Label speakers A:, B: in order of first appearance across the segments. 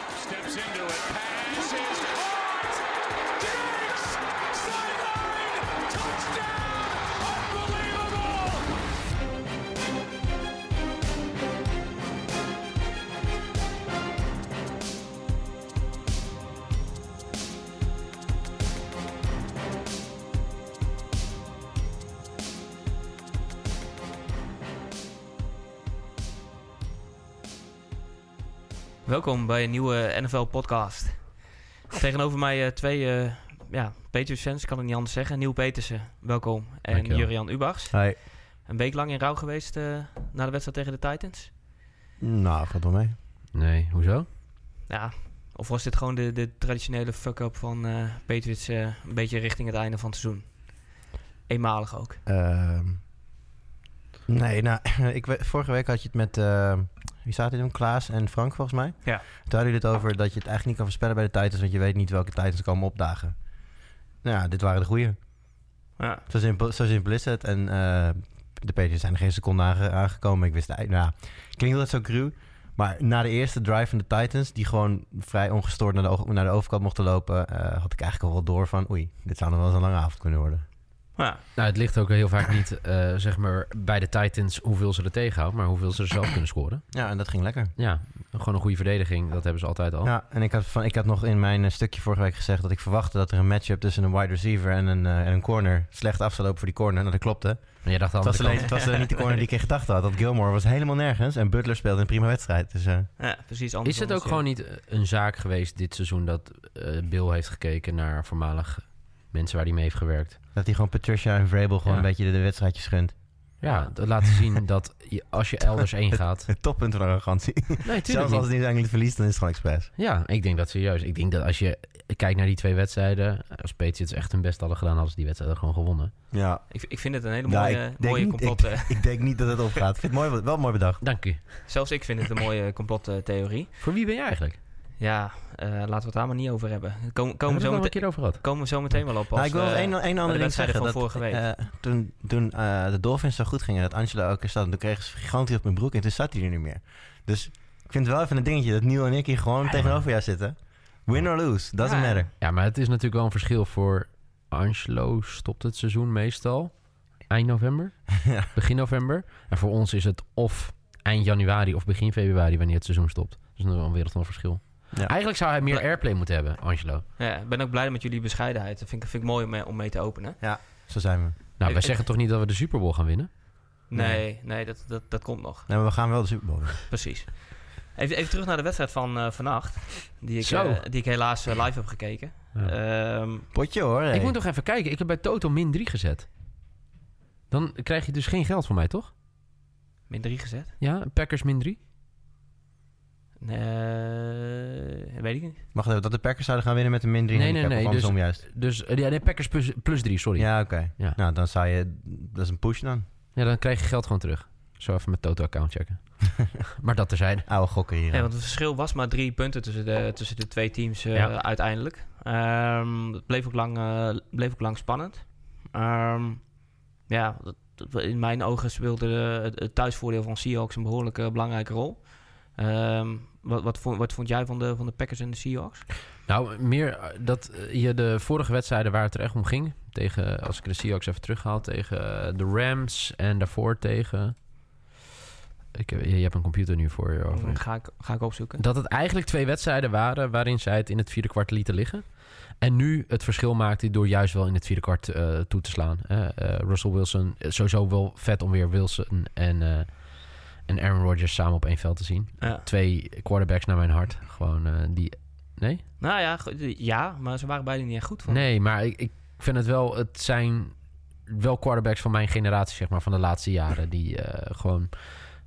A: into it. Pass is caught. Diggs! Sideline! Touchdown! Unbelievable!
B: Welkom bij een nieuwe NFL-podcast. Tegenover mij eh, twee eh ja, Patriots fans, kan het niet anders zeggen. Nieuw Petersen, welkom. En
C: Dankjewel.
B: Jurian Ubachs.
C: Hi.
B: Een week lang in rouw geweest eh, na de wedstrijd tegen de Titans.
C: Nou, valt wel mee.
D: Nee, hoezo?
B: Ja, of was dit gewoon de, de traditionele fuck-up van eh Patriots eh, een beetje richting het einde van het seizoen? Eenmalig ook.
C: Ehm, nee, nou, ik, we- vorige week had je het met, ehm, wie zaten toen? Klaas en Frank volgens mij.
B: Ja.
C: Toen hadden jullie het over dat je het eigenlijk niet kan voorspellen bij de Titans, want je weet niet welke Titans komen opdagen. Nou ja, dit waren de goeie.
B: Ja.
C: Zo simpel, zo simpel is het. En eh, de Patriots zijn er geen seconde aange- aangekomen. Ik wist het eigenlijk, nou, ja, klinkt dat zo cru. Maar na de eerste drive van de Titans, die gewoon vrij ongestoord naar de, oog- naar de overkant mochten lopen, eh, had ik eigenlijk al wel door van, oei, dit zou nog wel eens een lange avond kunnen worden.
B: Ja.
D: Nou, het ligt ook heel vaak niet eh, zeg maar bij de Titans hoeveel ze er tegenhouden, maar hoeveel ze er zelf kunnen scoren.
C: Ja, en dat ging lekker.
D: Ja, gewoon een goede verdediging, dat hebben ze altijd al.
C: Ja, en ik had, van, ik had nog in mijn eh, stukje vorige week gezegd dat ik verwachtte dat er een matchup tussen een wide receiver en een, eh, en een corner slecht af zou lopen voor die corner. Nou, dat klopte.
D: En jij dacht
C: Het
D: al,
C: was, alleen, het was eh, niet de corner die ik in gedachten had. Dat Gilmore was helemaal nergens en Butler speelde een prima wedstrijd. Dus eh,
B: ja, precies anders.
D: is het ook gewoon niet eh, een zaak geweest dit seizoen dat eh, Bill heeft gekeken naar voormalig mensen waar hij mee heeft gewerkt?
C: dat hij gewoon Patricia en Vrabel gewoon
D: Ja.
C: een beetje de, de wedstrijdjes gunt.
D: Ja, dat laat zien dat je, als je elders heen gaat...
C: Het toppunt van arrogantie.
D: Nee, tuurlijk
C: Zelfs als
D: niet.
C: hij eigenlijk verliest, dan is het gewoon expres.
D: Ja, ik denk dat serieus. Ik denk dat als je kijkt naar die twee wedstrijden... Als Patriots echt hun best hadden gedaan, hadden ze die wedstrijden gewoon gewonnen.
C: Ja,
B: Ik, ik vind het een hele
C: Nou,
B: mooie,
C: ik denk
B: mooie
C: niet-
B: complot. eh,
C: ik denk niet dat het opgaat. Ik vind het mooi, wel mooi bedacht.
D: Dank u.
B: zelfs ik vind het een mooie complottheorie.
D: Voor wie ben jij eigenlijk?
B: Ja, eh, laten we het daar maar niet over hebben. Kom,
D: Hebben
B: komen
D: we
B: zo
D: het al
B: meteen.
D: een keer over gehad?
B: komen we zo meteen wel op. Als,
C: nou, ik wil nog
B: eh,
C: één één
B: bij
C: ander
B: de
C: ding
B: wedstrijden
C: zeggen.
B: van
C: Dat,
B: vorige week.
C: eh, toen toen eh, de Dolphins zo goed gingen, dat Angelo ook zat, en toen kregen ze gigantisch op mijn broek en toen zat hij er niet meer. Dus ik vind het wel even een dingetje dat Neil en ik hier gewoon tegenover jou zitten. Win or lose, doesn't
B: Ja.
C: matter.
D: Ja, maar het is natuurlijk wel een verschil voor... Angelo stopt het seizoen meestal eind november,
C: Ja.
D: begin november. En voor ons is het of eind januari of begin februari wanneer het seizoen stopt. Dus nog wel een wereld van verschil.
C: Ja.
D: Eigenlijk zou hij meer airplay moeten hebben, Angelo.
B: Ja, ik ben ook blij met jullie bescheidenheid. Dat vind ik, vind ik mooi om, eh, om mee te openen.
C: Zo zijn we.
D: Nou, wij
B: Ik-
D: zeggen
B: ik-
D: toch niet dat we de Super Bowl gaan winnen?
B: Nee,
C: Nee.
B: nee, dat, dat, dat komt nog.
C: Nee, maar we gaan wel de Super Bowl. doen.
B: Precies. Even, even terug naar de wedstrijd van eh, vannacht. Die ik,
D: Zo.
B: eh, die ik helaas eh, live heb gekeken.
D: Ja.
B: Ehm,
C: Potje hoor. hey.
D: Ik moet nog even kijken. Ik heb bij Toto min 3 gezet. Dan krijg je dus geen geld van mij, toch?
B: min 3 gezet.
D: Ja, Packers min 3.
B: Nee, weet ik niet.
C: Wacht even, dat de Packers zouden gaan winnen met een min 3
D: Nee,
C: handicap,
D: nee,
C: of
D: nee,
C: andersom juist.
D: Dus eh, ja, nee, Packers plus, plus 3, sorry. Ja.
C: Ja, oké.
D: Ja.
C: Nou, dan zou je... Dat is een push dan.
D: dan krijg je geld gewoon terug. Zo even mijn Toto-account checken. maar dat terzijde.
C: Oude gokken hier.
B: Ja, want het verschil was maar drie punten tussen de, tussen de twee teams eh,
D: Oh. Ja.
B: uiteindelijk. Ehm, het bleef ook lang, eh, bleef ook lang spannend. Ehm, ja, dat- dat- in mijn ogen speelde eh, het, het thuisvoordeel van Seahawks een behoorlijk eh, belangrijke rol. Ehm, wat, wat, vond, wat vond jij van de, van de Packers en de Seahawks?
D: Nou, meer eh, dat eh, je de vorige wedstrijden waar het er echt om ging. Tegen, als ik de Seahawks even terughaal, tegen eh, de Rams en daarvoor tegen... Ik, heb- je, je hebt een computer nu voor je. Over.
B: Ga ik, ga ik opzoeken.
D: Dat het eigenlijk twee wedstrijden waren waarin zij het in het vierde kwart lieten liggen. En nu het verschil maakte door juist wel in het vierde kwart eh, toe te slaan. Eh, eh, Russell Wilson, eh, sowieso wel vet om weer Wilson en, eh, en Aaron Rodgers samen op één veld te zien.
B: Ja.
D: Twee quarterbacks naar mijn hart. Gewoon eh, die... Nee?
B: Nou ja, go- ja, maar ze waren beide niet echt goed. Van.
D: Nee, maar ik, ik vind het wel... Het zijn wel quarterbacks van mijn generatie, zeg maar, van de laatste jaren. Die eh, gewoon,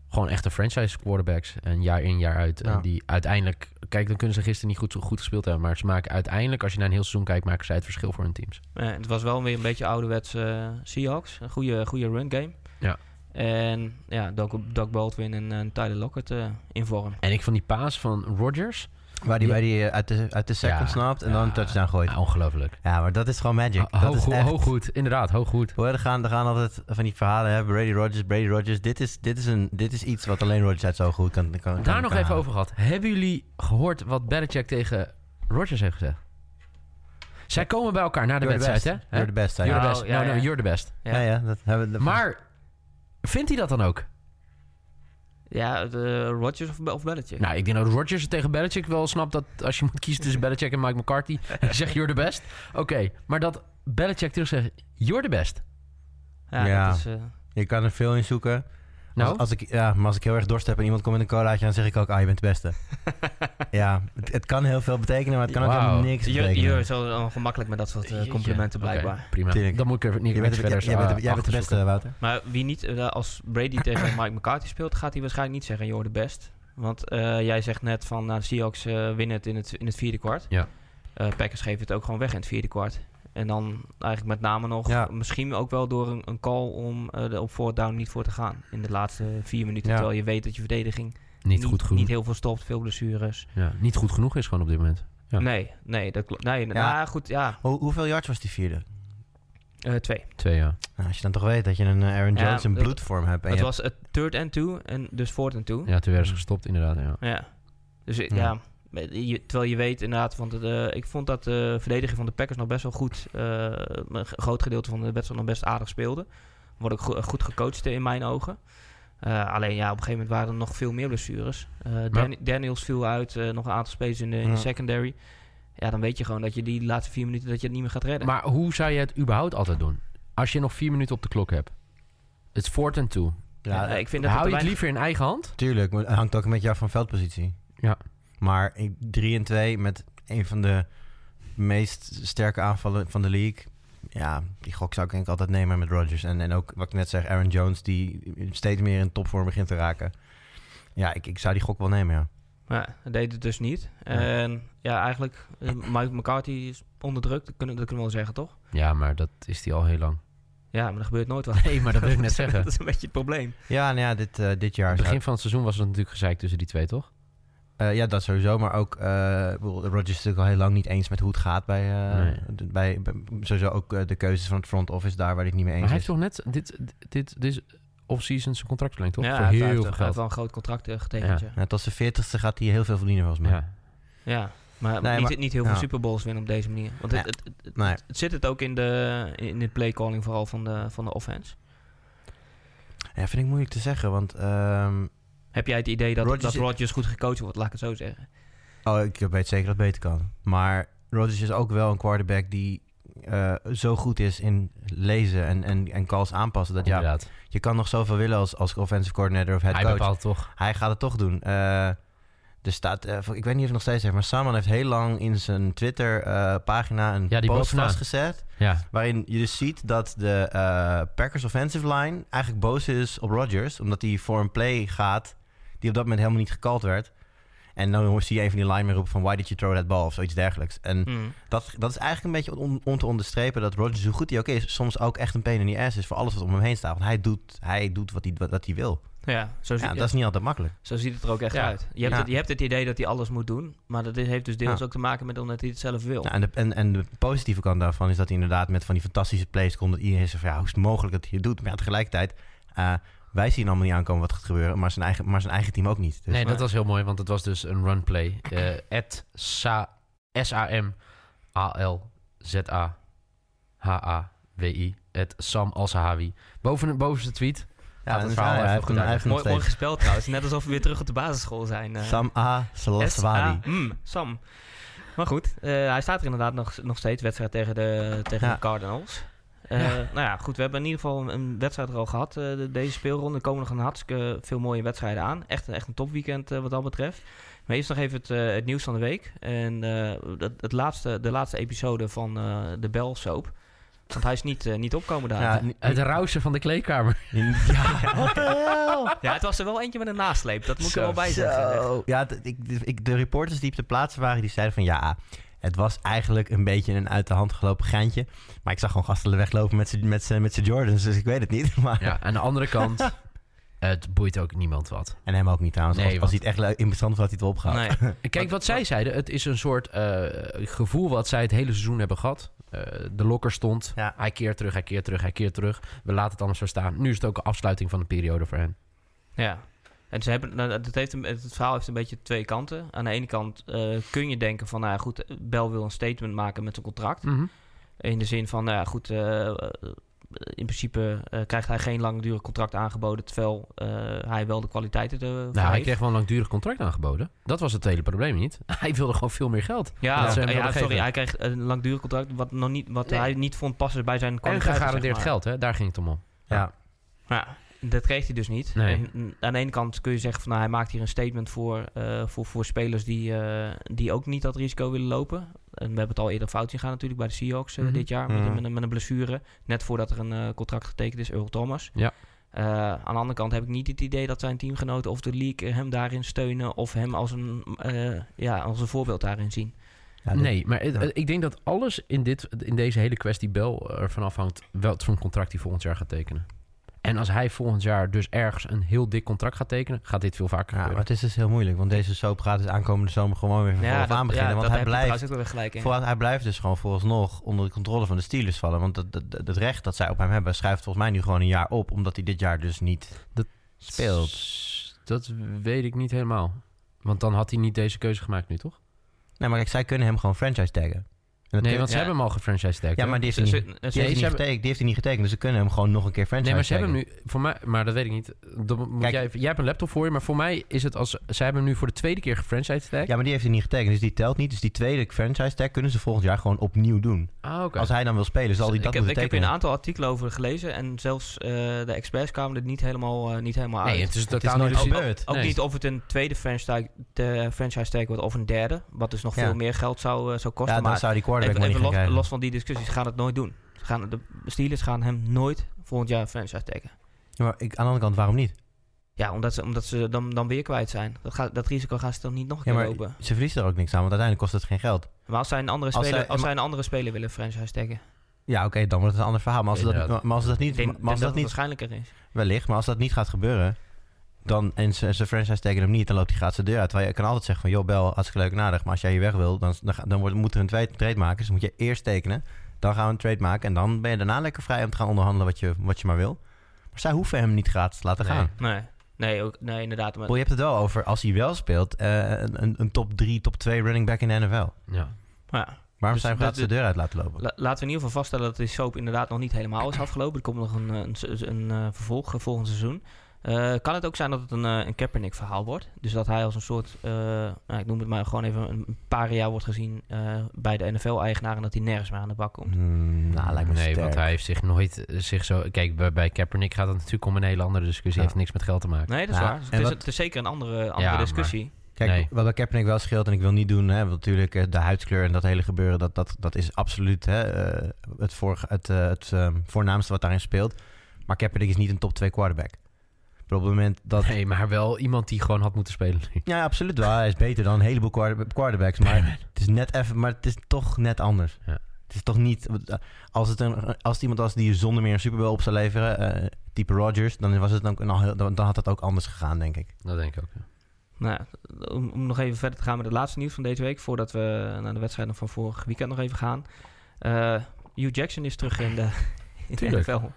D: gewoon echte franchise quarterbacks. En jaar in, jaar uit.
C: Ja.
D: En die uiteindelijk... Kijk, dan kunnen ze gisteren niet goed, goed gespeeld hebben. Maar ze maken uiteindelijk, als je naar een heel seizoen kijkt... maken zij het verschil voor hun teams.
B: Eh, het was wel weer een beetje ouderwets eh, Seahawks. Een goede, goede run game.
D: Ja.
B: En ja, Doug, Doug Baldwin en, eh, Tyler Lockett eh, in vorm.
D: En ik vond die paas van Rodgers...
C: Waar die
D: Ja.
C: bij die eh, uit de, uit de sack
D: Ja,
C: ontsnapt en
D: ja.
C: dan een touchdown gooit.
D: Ja, ongelooflijk.
C: Ja, maar dat is gewoon magic.
D: Ho-
C: dat
D: Hoog
C: is
D: goed,
C: echt...
D: hoog goed, inderdaad, hoog goed.
C: Hoor, er gaan, er gaan altijd van die verhalen hebben. Brady Rogers, Brady Rogers. Dit is, dit is, een, dit is iets wat alleen Rogers uit zo goed kan, kan kan-
D: Daar
C: kan
D: nog even
C: halen.
D: over gehad. Hebben jullie gehoord wat Belichick tegen Rodgers heeft gezegd? Zij komen bij elkaar na de
C: You're the
D: wedstrijd,
C: best.
D: hè?
C: You're the best, zei
D: Nou, You're
C: hij.
D: the
B: Oh,
D: best.
B: ja,
D: no, no,
B: ja.
D: you're the best.
B: Ja.
C: Ja, ja, dat hebben we... dat-
D: Maar vindt hij dat dan ook?
B: Ja, de Rodgers of, of Belichick.
D: Nou, ik denk dat Rodgers tegen Belichick wel snapt dat als je moet kiezen tussen Belichick en Mike McCarthy, ik zeg you're the best. Oké, maar dat Belichick terug zegt you're the best.
B: ja,
C: ja.
B: Dat is, eh,
C: Je kan er veel in zoeken.
D: Nou,
C: Als, als ik, ja, maar als ik heel erg dorst heb en iemand komt met een colaatje, dan zeg ik ook, ah, je bent de beste. ja, het, het kan heel veel betekenen, maar het kan ook
D: Wauw.
C: helemaal niks
B: Jur-
C: betekenen.
B: Jur is al ongemakkelijk met dat soort eh,
D: Jeetje.
B: complimenten blijkbaar.
D: Oké, prima.
C: Tuurlijk.
D: Dan moet ik er niet
C: Je bent, de-
D: verder
C: jij, bent de-
D: eh,
C: jij bent de
D: achter
C: beste,
D: zoeken.
C: Wouter.
B: Maar wie niet, eh, als Brady tegen Mike McCarthy speelt, gaat hij waarschijnlijk niet zeggen: Joh, de best. Want eh, jij zegt net van nou, de Seahawks eh, winnen het in, het in het vierde kwart.
D: Ja.
B: Eh, Packers geven het ook gewoon weg in het vierde kwart. En dan eigenlijk met name nog,
C: Ja.
B: misschien ook wel door een, een call om eh, er op fourth down niet voor te gaan. In de laatste vier minuten.
C: Ja.
B: Terwijl je weet dat je verdediging
D: Niet goed genoeg.
B: niet heel veel stopt, veel blessures.
D: Ja, niet goed genoeg is gewoon op dit moment. Ja.
B: Nee, nee, dat klopt. Nee,
C: Ja.
B: Nou, goed, ja,
C: Hoe- hoeveel yards was die vierde?
B: eh, twee.
D: Twee jaar.
C: Nou, als je dan toch weet dat je een eh, Aaron
B: Ja,
C: Jones in
B: dat-
C: bloedvorm hebt. En
B: Het
C: je
B: was het third and two en dus fourth and two.
D: Ja, toen werden ze gestopt inderdaad. Ja.
B: Ja. Dus ik-
C: Ja.
B: ja. maar je- terwijl je weet inderdaad, want het, eh, ik vond dat de verdediger van de Packers nog best wel goed, eh, een g- groot gedeelte van de wedstrijd nog best aardig speelde. Wordt ook go- goed gecoacht eh, in mijn ogen. Eh, alleen ja, op een gegeven moment waren er nog veel meer blessures. Eh, Dan- Daniels viel uit, eh, nog een aantal spelers in de, in de
C: Ja.
B: secondary. Ja, dan weet je gewoon dat je die laatste vier minuten dat je het niet meer gaat redden.
D: Maar hoe zou je het überhaupt altijd doen? Als je nog vier minuten op de klok hebt. Het is fourth and two.
C: ja,
B: Eh, ik vind dat er
D: Hou
B: te
D: je het
B: weinig-
D: liever in eigen hand?
C: Tuurlijk, maar het hangt ook een beetje af van veldpositie.
D: Ja.
C: Maar 3 en 2 met een van de meest sterke aanvallen van de league. Ja, die gok zou ik denk ik altijd nemen met Rodgers. En, en ook wat ik net zeg, Aaron Jones, die steeds meer in topvorm begint te raken. Ja, ik, ik zou die gok wel nemen, ja.
B: Ja, dat deed het dus niet.
C: Ja.
B: En ja, eigenlijk, eh, Mike McCarthy is onder druk, dat kunnen, dat kunnen we wel zeggen, toch?
D: Ja, maar dat is die al heel lang.
B: Ja, maar er gebeurt nooit wat.
D: Nee, maar dat wil ik net zeggen.
B: dat is een beetje het probleem.
C: Ja, nou ja, dit, eh, dit jaar.
D: Het
C: zou-
D: begin van het seizoen was het natuurlijk gezeik tussen die twee, toch?
C: eh, ja, dat sowieso. Maar ook, eh, ik bedoel, Rodgers is natuurlijk al heel lang niet eens met hoe het gaat bij, eh,
D: Nee.
C: de- bij, bij- sowieso ook eh, de keuzes van het front office daar waar hij het niet mee
D: Maar
C: eens
D: hij
C: is.
D: heeft toch net dit, dit, dit is off-season zijn contract verlengd, toch?
B: Ja,
D: Voor
B: hij heeft- hij
D: heel
B: heeft-
D: veel
B: Hij heeft
D: geld.
B: wel een groot contract eh, getekend, ja.
C: Ja, tot zijn veertigste gaat hij heel veel verdienen volgens mij.
D: Ja.
B: Ja, maar,
C: Nee,
B: niet,
C: maar-
B: niet heel veel
C: ja.
B: Super Bowls winnen op deze manier. Want het,
C: Nee.
B: het, het-
C: Nee.
B: het zit het ook in de, in de playcalling vooral van de, van de offense.
C: Ja, vind ik moeilijk te zeggen, want... ehm,
B: Heb jij het idee dat Rodgers,
C: Rodgers-
B: dat Rodgers goed gecoacht wordt, laat ik het zo zeggen?
C: oh, ik weet zeker dat het beter kan. Maar Rodgers is ook wel een quarterback die eh, zo goed is in lezen en, en, en calls aanpassen. Dat ja,
D: inderdaad.
C: je kan nog zoveel willen als, als offensive coordinator of head
D: Hij
C: coach.
D: bepaalt toch.
C: Hij gaat het toch doen. Eh er staat, eh, ik weet niet of hij het nog steeds heeft, maar Saman heeft heel lang in zijn Twitter-pagina een
D: Ja, die
C: post
D: bovenaan.
C: vastgezet.
D: Ja.
C: Waarin je dus ziet dat de eh, Packers offensive line eigenlijk boos is op Rodgers. Omdat hij voor een play gaat die op dat moment helemaal niet gekald werd. En dan zie je een van die linemen roepen van... Why did you throw that ball? Of zoiets dergelijks. En
B: Hmm.
C: dat, dat is eigenlijk een beetje om, om te onderstrepen dat Rodgers, hoe goed hij ook is... soms ook echt een pain in the ass is voor alles wat om hem heen staat. Want hij doet, hij doet wat, hij, wat, wat hij wil.
B: Ja, zo, zie-
C: Ja, dat is niet altijd makkelijk.
B: zo ziet het er ook echt
D: Ja.
B: uit. Je hebt,
C: Ja.
B: het, je hebt het idee dat hij alles moet doen, maar dat heeft dus deels
C: Ja.
B: ook te maken met omdat hij het zelf wil.
C: Nou, en, de, en, en de positieve kant daarvan is dat hij inderdaad met van die fantastische plays komt. Dat iedereen zegt van ja, hoe is het mogelijk dat hij het doet? Maar ja, tegelijkertijd, eh, wij zien allemaal niet aankomen wat gaat gebeuren. Maar zijn eigen, maar zijn eigen team ook niet. Dus,
D: Nee, dat was heel mooi, want het was dus een runplay. Eh at sa, S-A-M-A-L-Z-A-H-A-W-I. Het Sam Alsahawi. Boven, boven zijn tweet.
C: ja,
D: dat
C: en
D: verhaal
C: hij
D: even
C: heeft
D: goed
C: hem- hij heeft hem nog
B: mooi, mooi
C: steeds.
B: gespeeld trouwens, net alsof we weer terug op de basisschool zijn. eh.
C: Sam A. Salaswadi.
B: S.A. Mm, Sam. Maar goed, eh, hij staat er inderdaad nog, nog steeds wedstrijd tegen de, tegen
C: Ja.
B: de Cardinals. Eh, Nou ja, goed, we hebben in ieder geval een, een wedstrijd er al gehad. eh, de- deze speelronde Er komen nog een hartstikke veel mooie wedstrijden aan. Echt, een- echt een topweekend eh, wat dat betreft. Maar eerst nog even het, eh, het nieuws van de week. En eh, dat, het laatste, de laatste episode van eh, de Bel Soap. Want hij is niet, eh, niet opkomen daar.
C: Ja,
B: Ja.
C: n-
D: Het rausen van de kleedkamer.
C: ja, wat de hel?
B: het was er wel eentje met een nasleep. Dat moet ik
D: Zo,
B: er wel bij zeggen.
C: Zo. Ja, het- ik, ik, de reporters die op de plaats waren, die zeiden van ja, het was eigenlijk een beetje een uit de hand gelopen geintje. Maar ik zag gewoon gasten weglopen met z'n- met z'n met z'n Jordans, dus ik weet het niet. Maar
D: Ja, aan de andere kant. Het boeit ook niemand wat.
C: En hem ook niet trouwens.
D: Nee,
C: als, als hij het echt leuk- interessant vond, had hij het wel opgehaald.
B: Nee.
D: Kijk, wat zij zeiden, het is een soort eh, gevoel wat zij het hele seizoen hebben gehad. Eh, de lokker stond,
C: Ja.
D: hij keert terug, hij keert terug, hij keert terug. We laten het allemaal zo staan. Nu is het ook een afsluiting van de periode voor hen.
B: Ja. En ze hebben, nou, het, heeft een, het verhaal heeft een beetje twee kanten. Aan de ene kant eh, kun je denken van, nou ja, goed, Bel wil een statement maken met zijn contract.
C: Mhm.
D: Nou,
B: In de zin van, nou ja, goed, eh, eh, in principe eh, krijgt hij geen langdurig contract aangeboden, terwijl eh, hij wel de kwaliteiten eh, voor
D: Nou, hij
B: heeft.
D: kreeg wel een langdurig contract aangeboden. Dat was het hele probleem niet. Hij wilde gewoon veel meer geld.
B: Ja,
D: dat ze hem
B: ja,
D: wilden
B: sorry,
D: geven.
B: hij kreeg een langdurig contract wat, nog niet, wat
D: Nee.
B: hij niet vond passen bij zijn
D: En
B: kwaliteiten.
D: gegarandeerd
B: zeg maar.
D: geld, hè? daar ging het om. om.
C: Ja.
B: Ja, dat kreeg hij dus niet.
D: Nee.
B: En, mm, aan de ene kant kun je zeggen van nou, hij maakt hier een statement voor, eh, voor, voor spelers die, eh, die ook niet dat risico willen lopen. En we hebben het al eerder fout zien gaan natuurlijk bij de Seahawks eh,
D: Mhm.
B: dit jaar met,
C: Mhm.
B: met, een- met een blessure. Net voordat er een eh, contract getekend is, Earl Thomas.
D: Ja.
B: Eh, aan de andere kant heb ik niet het idee dat zijn teamgenoten of de league hem daarin steunen of hem als een, eh, ja, als een voorbeeld daarin zien.
C: Ja, dit-
D: nee, maar het-
C: ja.
D: het- ik denk dat alles in, dit, in deze hele kwestie Bel ervan afhangt... wat voor een contract hij volgend jaar gaat tekenen. En als hij volgend jaar dus ergens een heel dik contract gaat tekenen... gaat dit veel vaker
C: Ja, maar
D: gebeuren.
C: het is dus heel moeilijk. Want deze soap gaat dus aankomende zomer gewoon weer van
B: Nou Ja,
C: vooraf
B: dat-
C: aan beginnen.
B: ja,
C: want
B: dat
C: hij
B: heb je
C: blijft,
B: trouwens ook wel weer gelijk in.
C: vooraf- hij blijft dus gewoon vooralsnog onder de controle van de Steelers vallen. Want dat, dat, dat- het recht dat zij op hem hebben schuift volgens mij nu gewoon een jaar op. Omdat hij dit jaar dus niet
D: Dat-
C: speelt.
D: S- Dat weet ik niet helemaal. Want dan had hij niet deze keuze gemaakt nu, toch?
C: Nee, maar kijk, zij kunnen hem gewoon franchise taggen. En dat
D: Nee,
C: kun-
D: want ze
B: Ja.
D: hebben hem al gefranchise tagd.
C: ja,
D: hè?
C: maar die heeft
B: Ze-
C: hij
B: ze-
C: niet, die
B: ze-
C: heeft hij niet
D: ze hebben-
C: getekend, die heeft hij niet getekend. Dus ze kunnen hem gewoon nog een keer franchise
D: Nee, maar ze hebben
C: taggen.
D: hem nu... Voor mij, maar dat weet ik niet. Dan moet
C: Kijk-
D: jij, even- jij hebt een laptop voor je, maar voor mij is het als... Zij hebben hem nu voor de tweede keer gefranchise tagd.
C: Ja, maar die heeft hij niet getekend. Dus die telt niet. Dus die tweede franchise tag kunnen ze volgend jaar gewoon opnieuw doen.
D: Ah, oké.
C: Als hij dan wil spelen, zal
B: Dus
C: hij
B: ik,
C: dat
B: heb, ik
C: moeten
B: heb hier een
C: tekenen.
B: aantal artikelen over gelezen en zelfs eh, de experts kwamen er niet helemaal, eh, niet helemaal uit.
D: Nee, het is
C: Ah, Het is
D: totaal
C: nooit
D: niet...
C: gebeurd.
B: Ook
D: Nee.
B: niet of het een tweede franchise, de franchise tag wordt of een derde. Wat dus nog
C: Ja.
B: veel meer geld zou, eh, zou kosten.
C: Ja, dan
B: maar
C: zou die quarterback
B: even,
C: money
B: even los,
C: gaan krijgen.
B: los van die discussies, ze gaan het nooit doen. Ze gaan, de Steelers gaan hem nooit volgend jaar franchise taggen.
C: Ja, maar ik, aan de andere kant, waarom niet?
B: Ja, omdat ze, omdat ze dan, dan weer kwijt zijn. Dat, gaat, dat risico gaan ze dan niet nog een
C: Ja,
B: keer
C: maar
B: lopen.
C: ze verliezen er ook niks aan, want uiteindelijk kost het geen geld.
B: Maar als zij een andere
C: als
B: speler,
C: zij-
B: als
C: maar-
B: zij een andere speler willen franchise taggen.
C: Ja, oké, dan wordt het een ander verhaal. Maar als, ze dat,
D: Inderdaad.
C: maar als ze dat
B: Ik
C: niet,
B: denk,
C: maar
B: denk
C: als ze
B: dat
C: dat
B: het
C: niet
B: waarschijnlijker is.
C: wellicht, maar als dat niet gaat gebeuren, dan en ze, ze franchise tegen hem niet, dan loopt hij gratis de deur uit. Terwijl je kan altijd zeggen van, joh, bel, hartstikke leuk nadig, maar als jij je weg wil, dan, dan, ga- dan wordt, moet er een trade, trade maken. Dus moet je eerst tekenen, dan gaan we een trade maken en dan ben je daarna lekker vrij om te gaan onderhandelen wat je, wat je maar wil. Maar zij hoeven hem niet gratis te laten
D: Nee.
C: gaan.
B: Nee, nee, ook, nee inderdaad. Maar
C: Boel, je hebt het wel over, als hij wel speelt, eh, een, een- een top 3, top 2 running back in de NFL.
D: Ja.
B: maar ja.
C: Waarom
B: Dus
C: zijn we
B: dat-
C: gratis de deur uit laten lopen?
B: La- laten we in ieder geval vaststellen dat de soap inderdaad nog niet helemaal is afgelopen. Er komt nog een, eh, een, s- een, eh, vervolg eh, volgend seizoen. Eh, kan het ook zijn dat het een, eh, een Kaepernick verhaal wordt? Dus dat hij als een soort, eh, nou, ik noem het maar gewoon even een een paria wordt gezien eh, bij de NFL-eigenaar en dat hij nergens meer aan de bak komt.
C: Hmm, nou, lijkt me
D: nee,
C: sterk.
D: want hij heeft zich nooit eh, zich zo... Kijk, bij, bij Kaepernick gaat het natuurlijk om een hele andere discussie.
C: Ja.
D: heeft niks met geld te maken.
B: Nee, dat is
C: Ja,
B: waar. Dus
C: en
B: het, is,
C: wat-
B: het is zeker een andere, andere
D: Ja,
B: discussie.
C: Kijk,
D: Nee.
C: wat bij Kaepernick wel scheelt, en ik wil niet doen, hè, want natuurlijk eh, de huidskleur en dat hele gebeuren, dat, dat, dat is absoluut hè, eh, het, voor, het, eh, het eh, voornaamste wat daarin speelt. Maar Kaepernick is niet een top 2 quarterback. Ik bedoel, Op het moment dat...
D: Nee, maar wel iemand die gewoon had moeten spelen nu.
C: Ja, absoluut wel. Hij is beter dan een heleboel quarter- quarterbacks, maar het is net even, maar het is toch net anders.
D: Ja.
C: Het is toch niet... Als het, een, als het iemand was die zonder meer een Super Bowl op zou leveren, eh, type Rodgers, dan, was het ook een al heel- dan, dan had dat ook anders gegaan, denk ik.
D: Dat denk ik ook. ja.
B: Nou, ja, om, om nog even verder te gaan met het laatste nieuws van deze week, voordat we naar de wedstrijden van vorig weekend nog even gaan. Eh Hugh Jackson is terug in de, in de
D: Tuurlijk.
B: NFL.
D: Is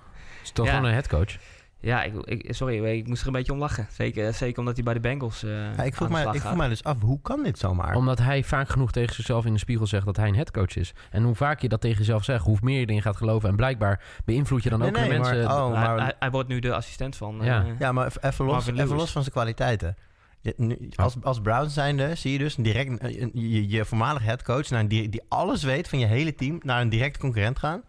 D: het toch
B: Ja.
D: gewoon een headcoach?
B: Ja, ik, ik- sorry, ik moest er een beetje om lachen. Zeker, zeker omdat hij bij de Bengals eh
C: Ja, ik vroeg,
B: aan de
C: mij,
B: slag
C: ik vroeg
B: gaat.
C: mij dus af, hoe kan dit zomaar?
D: Omdat hij vaak genoeg tegen zichzelf in de spiegel zegt dat hij een headcoach is. En hoe vaak je dat tegen jezelf zegt, hoe meer je erin gaat geloven. En blijkbaar beïnvloed je dan
C: Nee,
D: ook
C: nee,
D: de mensen.
C: maar- oh,
B: eh, hij,
C: maar-
B: hij- hij wordt nu de assistent van. eh,
D: Ja.
C: Ja, maar even- even los,
B: Marvin
C: even
B: Lewis.
C: los van zijn kwaliteiten. Je- nu- als, als Browns zijnde zie je dus direct eh, een- je, je voormalig headcoach... naar een die, die alles weet van je hele team naar een directe concurrent gaan.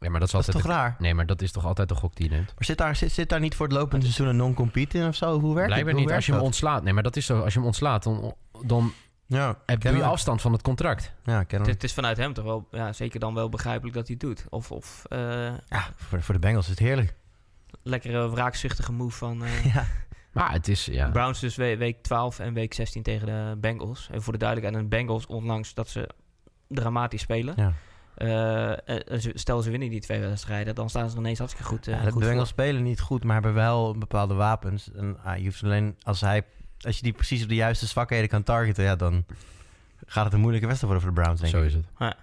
D: Ja, maar dat is
C: Dat is
D: altijd.
C: toch raar?
D: de- Nee, maar dat is toch altijd de gok die je neemt.
C: Maar zit daar, zit, zit daar niet voor het lopende seizoen een non-compete in of zo? Hoe werkt
D: Blijkbaar
C: het? Hoe
D: niet. Als je hem
C: werkt
D: ontslaat. Nee, maar dat is zo. Als je hem ontslaat, dan, dan
C: dat? Ja,
D: heb doe je
C: kennelijk.
D: afstand van het contract.
C: Ja,
B: Het,
C: kennelijk.
B: het is vanuit hem toch wel, ja, zeker dan wel begrijpelijk dat hij het doet. Of, of eh,
C: Ja, voor, voor de Bengals is het heerlijk.
B: lekkere wraakzuchtige move van eh,
C: Ja.
D: Maar het is. Ja.
B: Browns dus we- week 12 en week 16 tegen de Bengals. En voor de duidelijkheid, en de Bengals ondanks dat ze dramatisch spelen,
C: Ja.
B: Eh, eh, ze- stel ze winnen die twee wedstrijden, dan staan ze er ineens hartstikke goed. eh,
C: Ja, de
B: goed voor.
C: Bengals spelen niet goed, maar hebben wel bepaalde wapens. En ah, je hoeft alleen als hij, als je die precies op de juiste zwakheden kan targeten, ja, dan gaat het een moeilijke wedstrijd worden voor de Browns, denk
D: Zo
C: ik.
D: is het.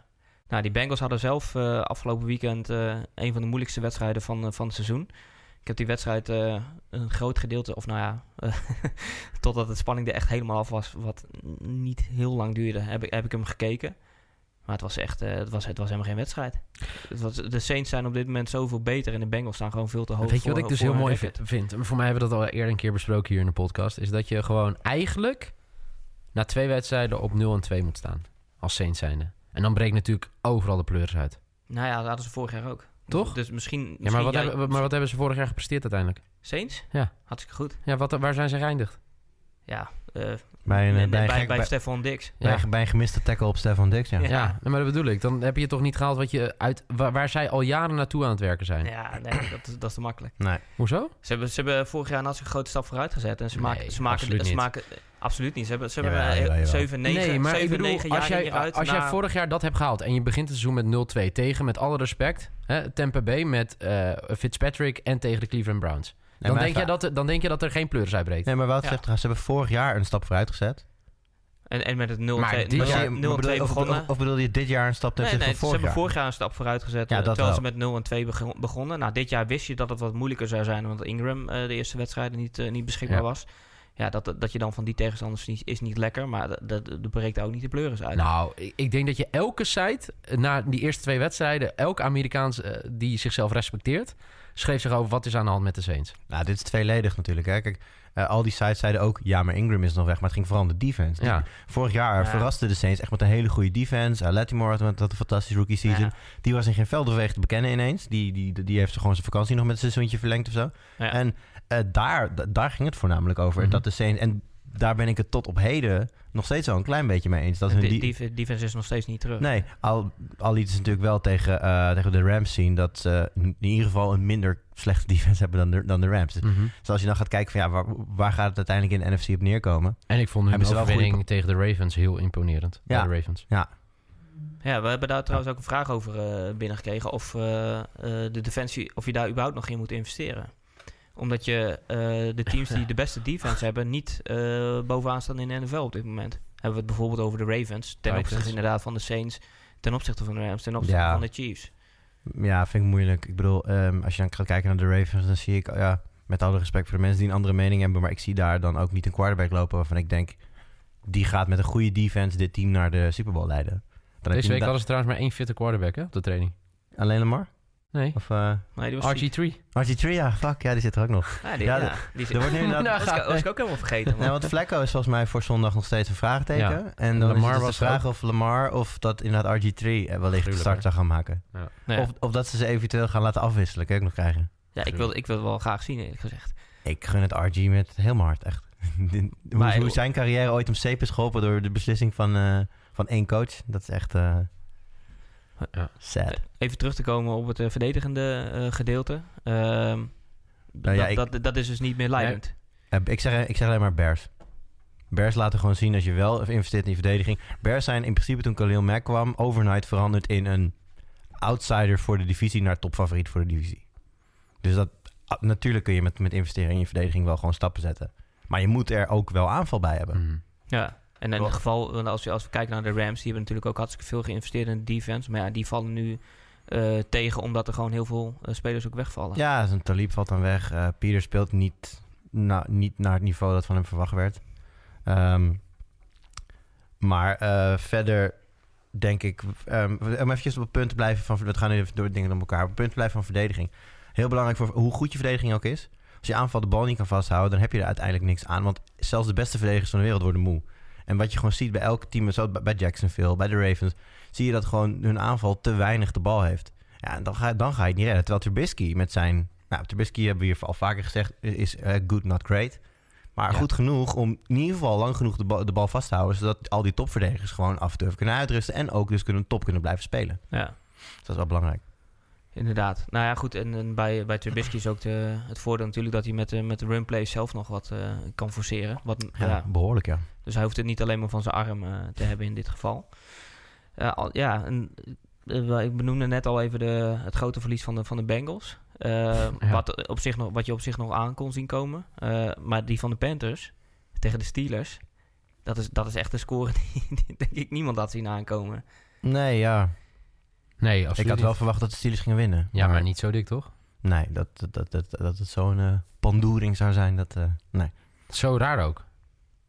B: Nou, die Bengals hadden zelf eh, afgelopen weekend eh, een van de moeilijkste wedstrijden van, eh, van het seizoen. Ik heb die wedstrijd eh, een groot gedeelte, of nou ja, eh, totdat de spanning er echt helemaal af was, wat n- niet heel lang duurde, heb ik, heb ik hem gekeken. Maar het was echt, eh, het, was, het was helemaal geen wedstrijd. Het was, de Saints zijn op dit moment zoveel beter en de Bengals staan gewoon veel te hoog.
D: Weet je wat
B: voor-
D: ik dus
B: voor
D: heel
B: hun
D: mooi
B: record.
D: vind? vind? Voor mij hebben we dat al eerder een keer besproken hier in de podcast. Is dat je gewoon eigenlijk na twee wedstrijden op 0 en 2 moet staan. Als Saints zijnde. En dan breekt natuurlijk overal de pleuris uit.
B: Nou ja, dat hadden ze vorig jaar ook.
D: Toch?
B: Dus misschien...
D: Ja,
B: misschien
D: maar, wat
B: jij-
D: hebben, maar wat hebben ze vorig jaar gepresteerd uiteindelijk?
B: Saints?
D: Ja.
B: Hartstikke goed.
D: Ja, wat, waar zijn ze geëindigd?
B: Ja. eh,
C: Bij een,
B: bij,
C: eh, bij
B: bij,
C: een gek-
B: bij
C: bij-
B: Stefan Dix.
D: Ja.
C: Bij, een- bij een gemiste tackle op Stefan Dix, ja.
B: Ja.
D: Ja, maar dat bedoel ik. Dan heb je toch niet gehaald wat je uit, waar, waar zij al jaren naartoe aan het werken zijn.
B: Ja, nee, dat, is- dat is te makkelijk.
C: Nee.
D: Hoezo?
B: Ze hebben, ze hebben vorig jaar een hartstikke grote stap vooruit gezet. En ze
D: Nee,
B: maken, ze maken,
D: absoluut
B: ze
D: niet.
B: maken absoluut niet. Ze hebben, ze
C: Jawel, jawel,
B: hebben eh,
C: jawel.
B: 7, 9,
D: nee, maar
B: 7,
D: ik bedoel,
B: 9 jaar
D: als, jij,
B: hieruit.
D: als jij
B: na-
D: vorig jaar dat hebt gehaald en je begint het seizoen met 0-2 tegen, met alle respect, hè, Tampa Bay met eh, Fitzpatrick en tegen de Cleveland Browns.
C: Nee,
D: Dan,
C: maar
D: denk jij
C: even-
D: dat, er- dan denk je dat er geen pleuris uitbreekt.
C: Nee, maar Wout
B: Ja.
C: zegt, ze hebben vorig jaar een stap vooruit gezet.
B: En, en met het 0-2
D: Maar dit
B: met
D: jaar-
B: het 0-2
C: maar bedoel- of,
B: begonnen.
C: of, of bedoel je dit jaar een stap ten
B: Nee,
C: opzichte
B: nee, ze
C: van vorig
B: hebben
C: jaar?
B: vorig jaar een stap vooruit gezet.
C: Ja,
B: eh,
C: dat
B: terwijl ze
C: wel.
B: met 0 en 2 begon- begonnen. Nou, dit jaar wist je dat het wat moeilijker zou zijn. Omdat Ingram eh, de eerste wedstrijden niet, eh, niet beschikbaar
D: Ja.
B: was. Ja, dat, dat je dan van die tegenstanders niet, is niet lekker. Maar dat, dat, dat breekt ook niet de pleuris uit.
D: Nou, ik, ik denk dat je elke site, eh, na die eerste twee wedstrijden, elke Amerikaans eh, die zichzelf respecteert, schreef zich over wat is aan de hand met de Saints.
C: Nou, dit is tweeledig natuurlijk. Hè. Kijk, eh, al die sites zeiden ook, ja, maar Ingram is nog weg. Maar het ging vooral om de defense.
D: Ja.
C: Vorig jaar
B: Ja.
C: verraste de Saints echt met een hele goede defense. Uh, Latimore had, met- had een fantastische rookie season.
B: Ja.
C: Die was in geen veld of wegen te bekennen ineens. Die, die, die heeft gewoon zijn vakantie nog met een seizoentje verlengd of zo.
B: Ja.
C: En eh, daar, da- daar ging het voornamelijk over.
D: Mhm.
C: Dat de Saints, en daar ben ik het tot op heden nog steeds wel een klein beetje mee eens. Dat
B: En
C: hun
B: de
C: die-
B: die- defense is nog steeds niet terug.
C: Nee, al, al liet ze natuurlijk wel tegen, eh, tegen de Rams zien dat ze in ieder geval een minder slechte defense hebben dan de, dan de Rams. Dus als je dan gaat kijken van ja, waar, waar gaat het uiteindelijk in de NFC op neerkomen?
D: En ik vond hun
C: Hebben ze wel
D: overwinning
C: goede
D: tegen de Ravens heel imponerend. Ja.
C: Ja.
D: de Ravens.
B: Ja, we hebben daar trouwens ook een vraag over eh, binnengekregen. Of eh, eh, de defensie, of je daar überhaupt nog in moet investeren. Omdat je eh, de teams die de beste defense hebben, niet eh, bovenaan staan in de NFL op dit moment. Hebben we het bijvoorbeeld over de Ravens. Ten
D: Titans.
B: opzichte inderdaad van de Saints. Ten opzichte van de Rams. Ten opzichte
C: Ja.
B: van de Chiefs.
C: Ja, vind ik moeilijk. Ik bedoel, ehm, als je dan gaat kijken naar de Ravens, dan zie ik, ja, met alle respect voor de mensen die een andere mening hebben, maar ik zie daar dan ook niet een quarterback lopen waarvan ik denk, die gaat met een goede defense dit team naar de Super Bowl leiden. Dan heb
D: Deze
C: je
D: week
C: da-
D: hadden ze trouwens maar één fitte quarterback hè, op de training.
C: Alleen Lamar?
D: Nee,
C: Of eh
B: Nee, die was ziek.
D: RG3.
C: RG3, ja, fuck, ja, die zit er ook nog.
B: Ja, die,
C: Ja,
B: ja,
C: dat-
B: die Nou,
C: Er wordt nu inderdaad
D: Nou,
B: dat was, ik- was ik ook helemaal vergeten.
C: Ja,
B: man.
C: want Flacco is volgens mij voor zondag nog steeds een vraagteken.
D: Ja.
C: En dan
D: Lamar
C: is het dus
D: was
C: de vraag of Lamar of dat inderdaad RG3 eh, wellicht de
D: Gruwelijk,
C: start
D: hè?
C: zou gaan maken.
B: Nou ja.
C: Of, of dat ze ze eventueel gaan laten afwisselen. Kan ik nog krijgen.
B: ja, ik wil, ik wil het wel graag zien, eerlijk gezegd.
C: Ik gun het RG met helemaal hard, echt. Hoe-
B: Maar-
C: hoe, zijn carrière ooit om zeep is geholpen door de beslissing van, eh, van één coach. Dat is echt eh,
D: Ja.
C: sad.
B: Even terug te komen op het eh, verdedigende eh, gedeelte. Ehm,
C: Nou ja,
B: dat,
C: ik-
B: dat, dat is dus niet meer leidend.
C: Eh, ik, zeg, ik zeg alleen maar Bears. Bears laten gewoon zien dat je wel investeert in je verdediging. Bears zijn in principe toen Khalil Mack kwam... overnight veranderd in een outsider voor de divisie... naar topfavoriet voor de divisie. Dus dat, ah, natuurlijk kun je met, met investeren in je verdediging... wel gewoon stappen zetten. Maar je moet er ook wel aanval bij hebben.
D: Mhm.
B: Ja, en in
C: Wel-
B: het geval, want als, je, als we kijken naar de Rams, die hebben natuurlijk ook hartstikke veel geïnvesteerd in de defense. Maar ja, die vallen nu eh, tegen omdat er gewoon heel veel eh, spelers ook wegvallen.
C: Ja, zijn Talib valt dan weg. Eh Pieter speelt niet, na, niet naar het niveau dat van hem verwacht werd. Ehm, maar eh, verder denk ik... ehm, om even op het punt te blijven van... We gaan nu even door de dingen op elkaar. Op het punt te blijven van verdediging. Heel belangrijk voor hoe goed je verdediging ook is. Als je aanval de bal niet kan vasthouden... dan heb je er uiteindelijk niks aan. Want zelfs de beste verdedigers van de wereld worden moe. En wat je gewoon ziet bij elk team... zoals bij- bij Jacksonville, bij de Ravens... zie je dat gewoon hun aanval te weinig de bal heeft. Ja, en dan ga, dan ga je het niet redden. Terwijl Trubisky met zijn... Nou, Trubisky hebben we hier al vaker gezegd... is eh, good, not great. Maar
D: Ja.
C: goed genoeg om in ieder geval lang genoeg de, bal- de bal vast te houden... zodat al die topverdedigers gewoon af en toe even kunnen uitrusten... en ook dus kunnen top kunnen blijven spelen.
B: Ja,
C: Dus dat is wel belangrijk.
B: inderdaad. Nou ja, goed. En, en bij, bij Trubisky is ook de, het voordeel natuurlijk dat hij met, de met de runplay zelf nog wat eh, kan forceren. Wat,
C: Ja,
B: ja,
C: behoorlijk, ja.
B: Dus hij hoeft het niet alleen maar van zijn arm eh, te hebben in dit geval. Eh, al, ja, en eh, wel, ik benoemde net al even de, het grote verlies van de, van de Bengals. Eh,
D: Ja.
B: wat, op zich nog, wat je op zich nog aan kon zien komen. Eh, maar die van de Panthers tegen de Steelers. Dat is, dat is echt een score die, die denk ik niemand had zien aankomen.
C: Nee, ja.
D: Nee, absoluut
C: ik had wel
D: niet.
C: verwacht dat de Steelers gingen winnen.
D: Ja, maar niet zo dik, toch?
C: Nee, dat, dat, dat, dat, dat het zo'n eh, pandoering zou zijn. Dat, eh, nee.
D: Zo raar ook.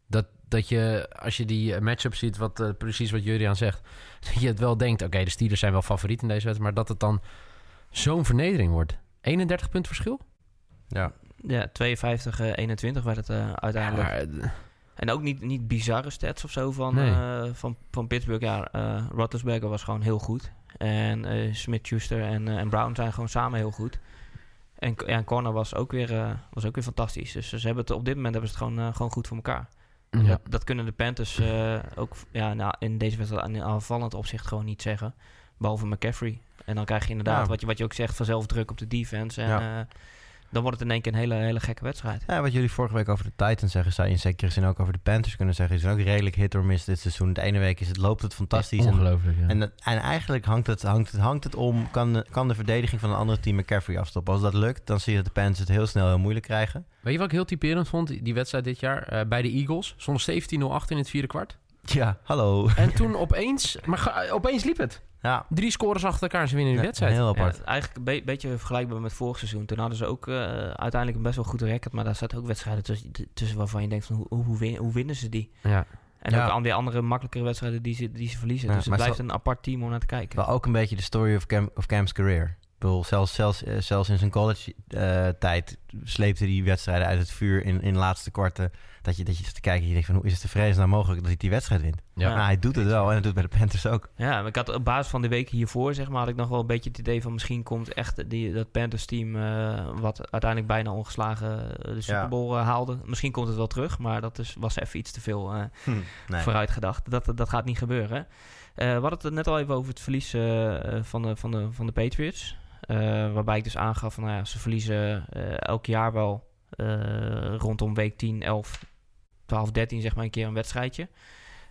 D: Dat, dat je, als je die eh, matchup ziet, wat, eh, precies wat Juriaan zegt... dat je het wel denkt, oké, de Steelers zijn wel favoriet in deze wedstrijd... maar dat het dan zo'n vernedering wordt. 31 punt verschil?
C: Ja.
B: Ja, 52-21 werd het eh, uiteindelijk.
D: maar, eh,
B: En ook niet, niet bizarre stats of zo van,
D: Nee.
B: eh, van, van Pittsburgh. Ja, eh Roethlisberger was gewoon heel goed. En eh Smith-Schuster en, eh, en Brown zijn gewoon samen heel goed. En, ja, en Corner was ook, weer, eh, was ook weer fantastisch. Dus ze hebben het, op dit moment hebben ze het gewoon, eh, gewoon goed voor elkaar.
D: ja.
B: Dat, dat kunnen de Panthers eh, ook ja, nou, in deze wedstrijd in aanvallend opzicht gewoon niet zeggen. Behalve McCaffrey. En dan krijg je inderdaad,
D: Nou.
C: Ja.
B: wat, je, wat je ook zegt, vanzelf druk op de defense. En
C: Ja.
B: eh, dan wordt het in één keer een hele, hele gekke wedstrijd.
C: Ja, wat jullie vorige week over de Titans zeggen, zou je in zekere zin ook over de Panthers kunnen zeggen. Die zijn ook redelijk hit or miss dit seizoen. De ene week is het, loopt het fantastisch. En,
D: Ongelooflijk, ja.
C: en, dat- en eigenlijk hangt het, hangt, het, hangt het om, kan, kan de verdediging van een andere team McCaffrey afstoppen. Als dat lukt, dan zie je dat de Panthers het heel snel heel moeilijk krijgen.
D: Weet je wat ik heel typerend vond, die die wedstrijd dit jaar? Eh, bij de Eagles, soms 17-0 achter in het vierde kwart.
C: Ja, hallo.
D: En toen opeens, maar ga- opeens liep het.
C: Ja,
D: Drie scores achter elkaar en ze winnen die
C: Ja,
D: wedstrijd.
C: heel apart.
B: Ja, eigenlijk een be- beetje vergelijkbaar met vorig seizoen. Toen hadden ze ook eh, uiteindelijk een best wel goed record. Maar daar zaten ook wedstrijden tussen, tussen waarvan je denkt van hoe, hoe, win- hoe winnen ze die?
D: Ja.
B: En
C: Ja.
B: ook aan die andere makkelijkere wedstrijden die ze, die ze verliezen.
C: Ja,
B: dus het
C: maar
B: blijft
C: zo-
B: een apart team om naar te kijken.
C: Wel ook een beetje de story of, Cam, of Cam's career. Ik bedoel, zelfs, zelfs, eh, zelfs in zijn college-tijd sleepte hij wedstrijden uit het vuur in, in laatste kwarten. Dat je, dat je zit te kijken en je denkt van hoe is het te vrezen nou mogelijk dat hij die wedstrijd wint.
D: Ja.
C: Maar hij doet het wel en dat doet het bij de Panthers ook.
B: Ja, maar ik had op basis van de weken hiervoor, zeg maar, had ik nog wel een beetje het idee van misschien komt echt die, dat Panthers team, eh, wat uiteindelijk bijna ongeslagen eh, de Super Bowl eh, haalde. Misschien komt het wel terug, maar dat is, was even iets te veel eh,
C: Nee.
B: vooruitgedacht. Dat, dat gaat niet gebeuren. Eh, we hadden het net al even over het verlies eh, eh, van, de, van, de, van de Patriots. Eh, waarbij ik dus aangaf van, nou ja, ze verliezen eh, elk jaar wel eh, rondom week 10, 11, 12, 13 zeg maar een keer een wedstrijdje.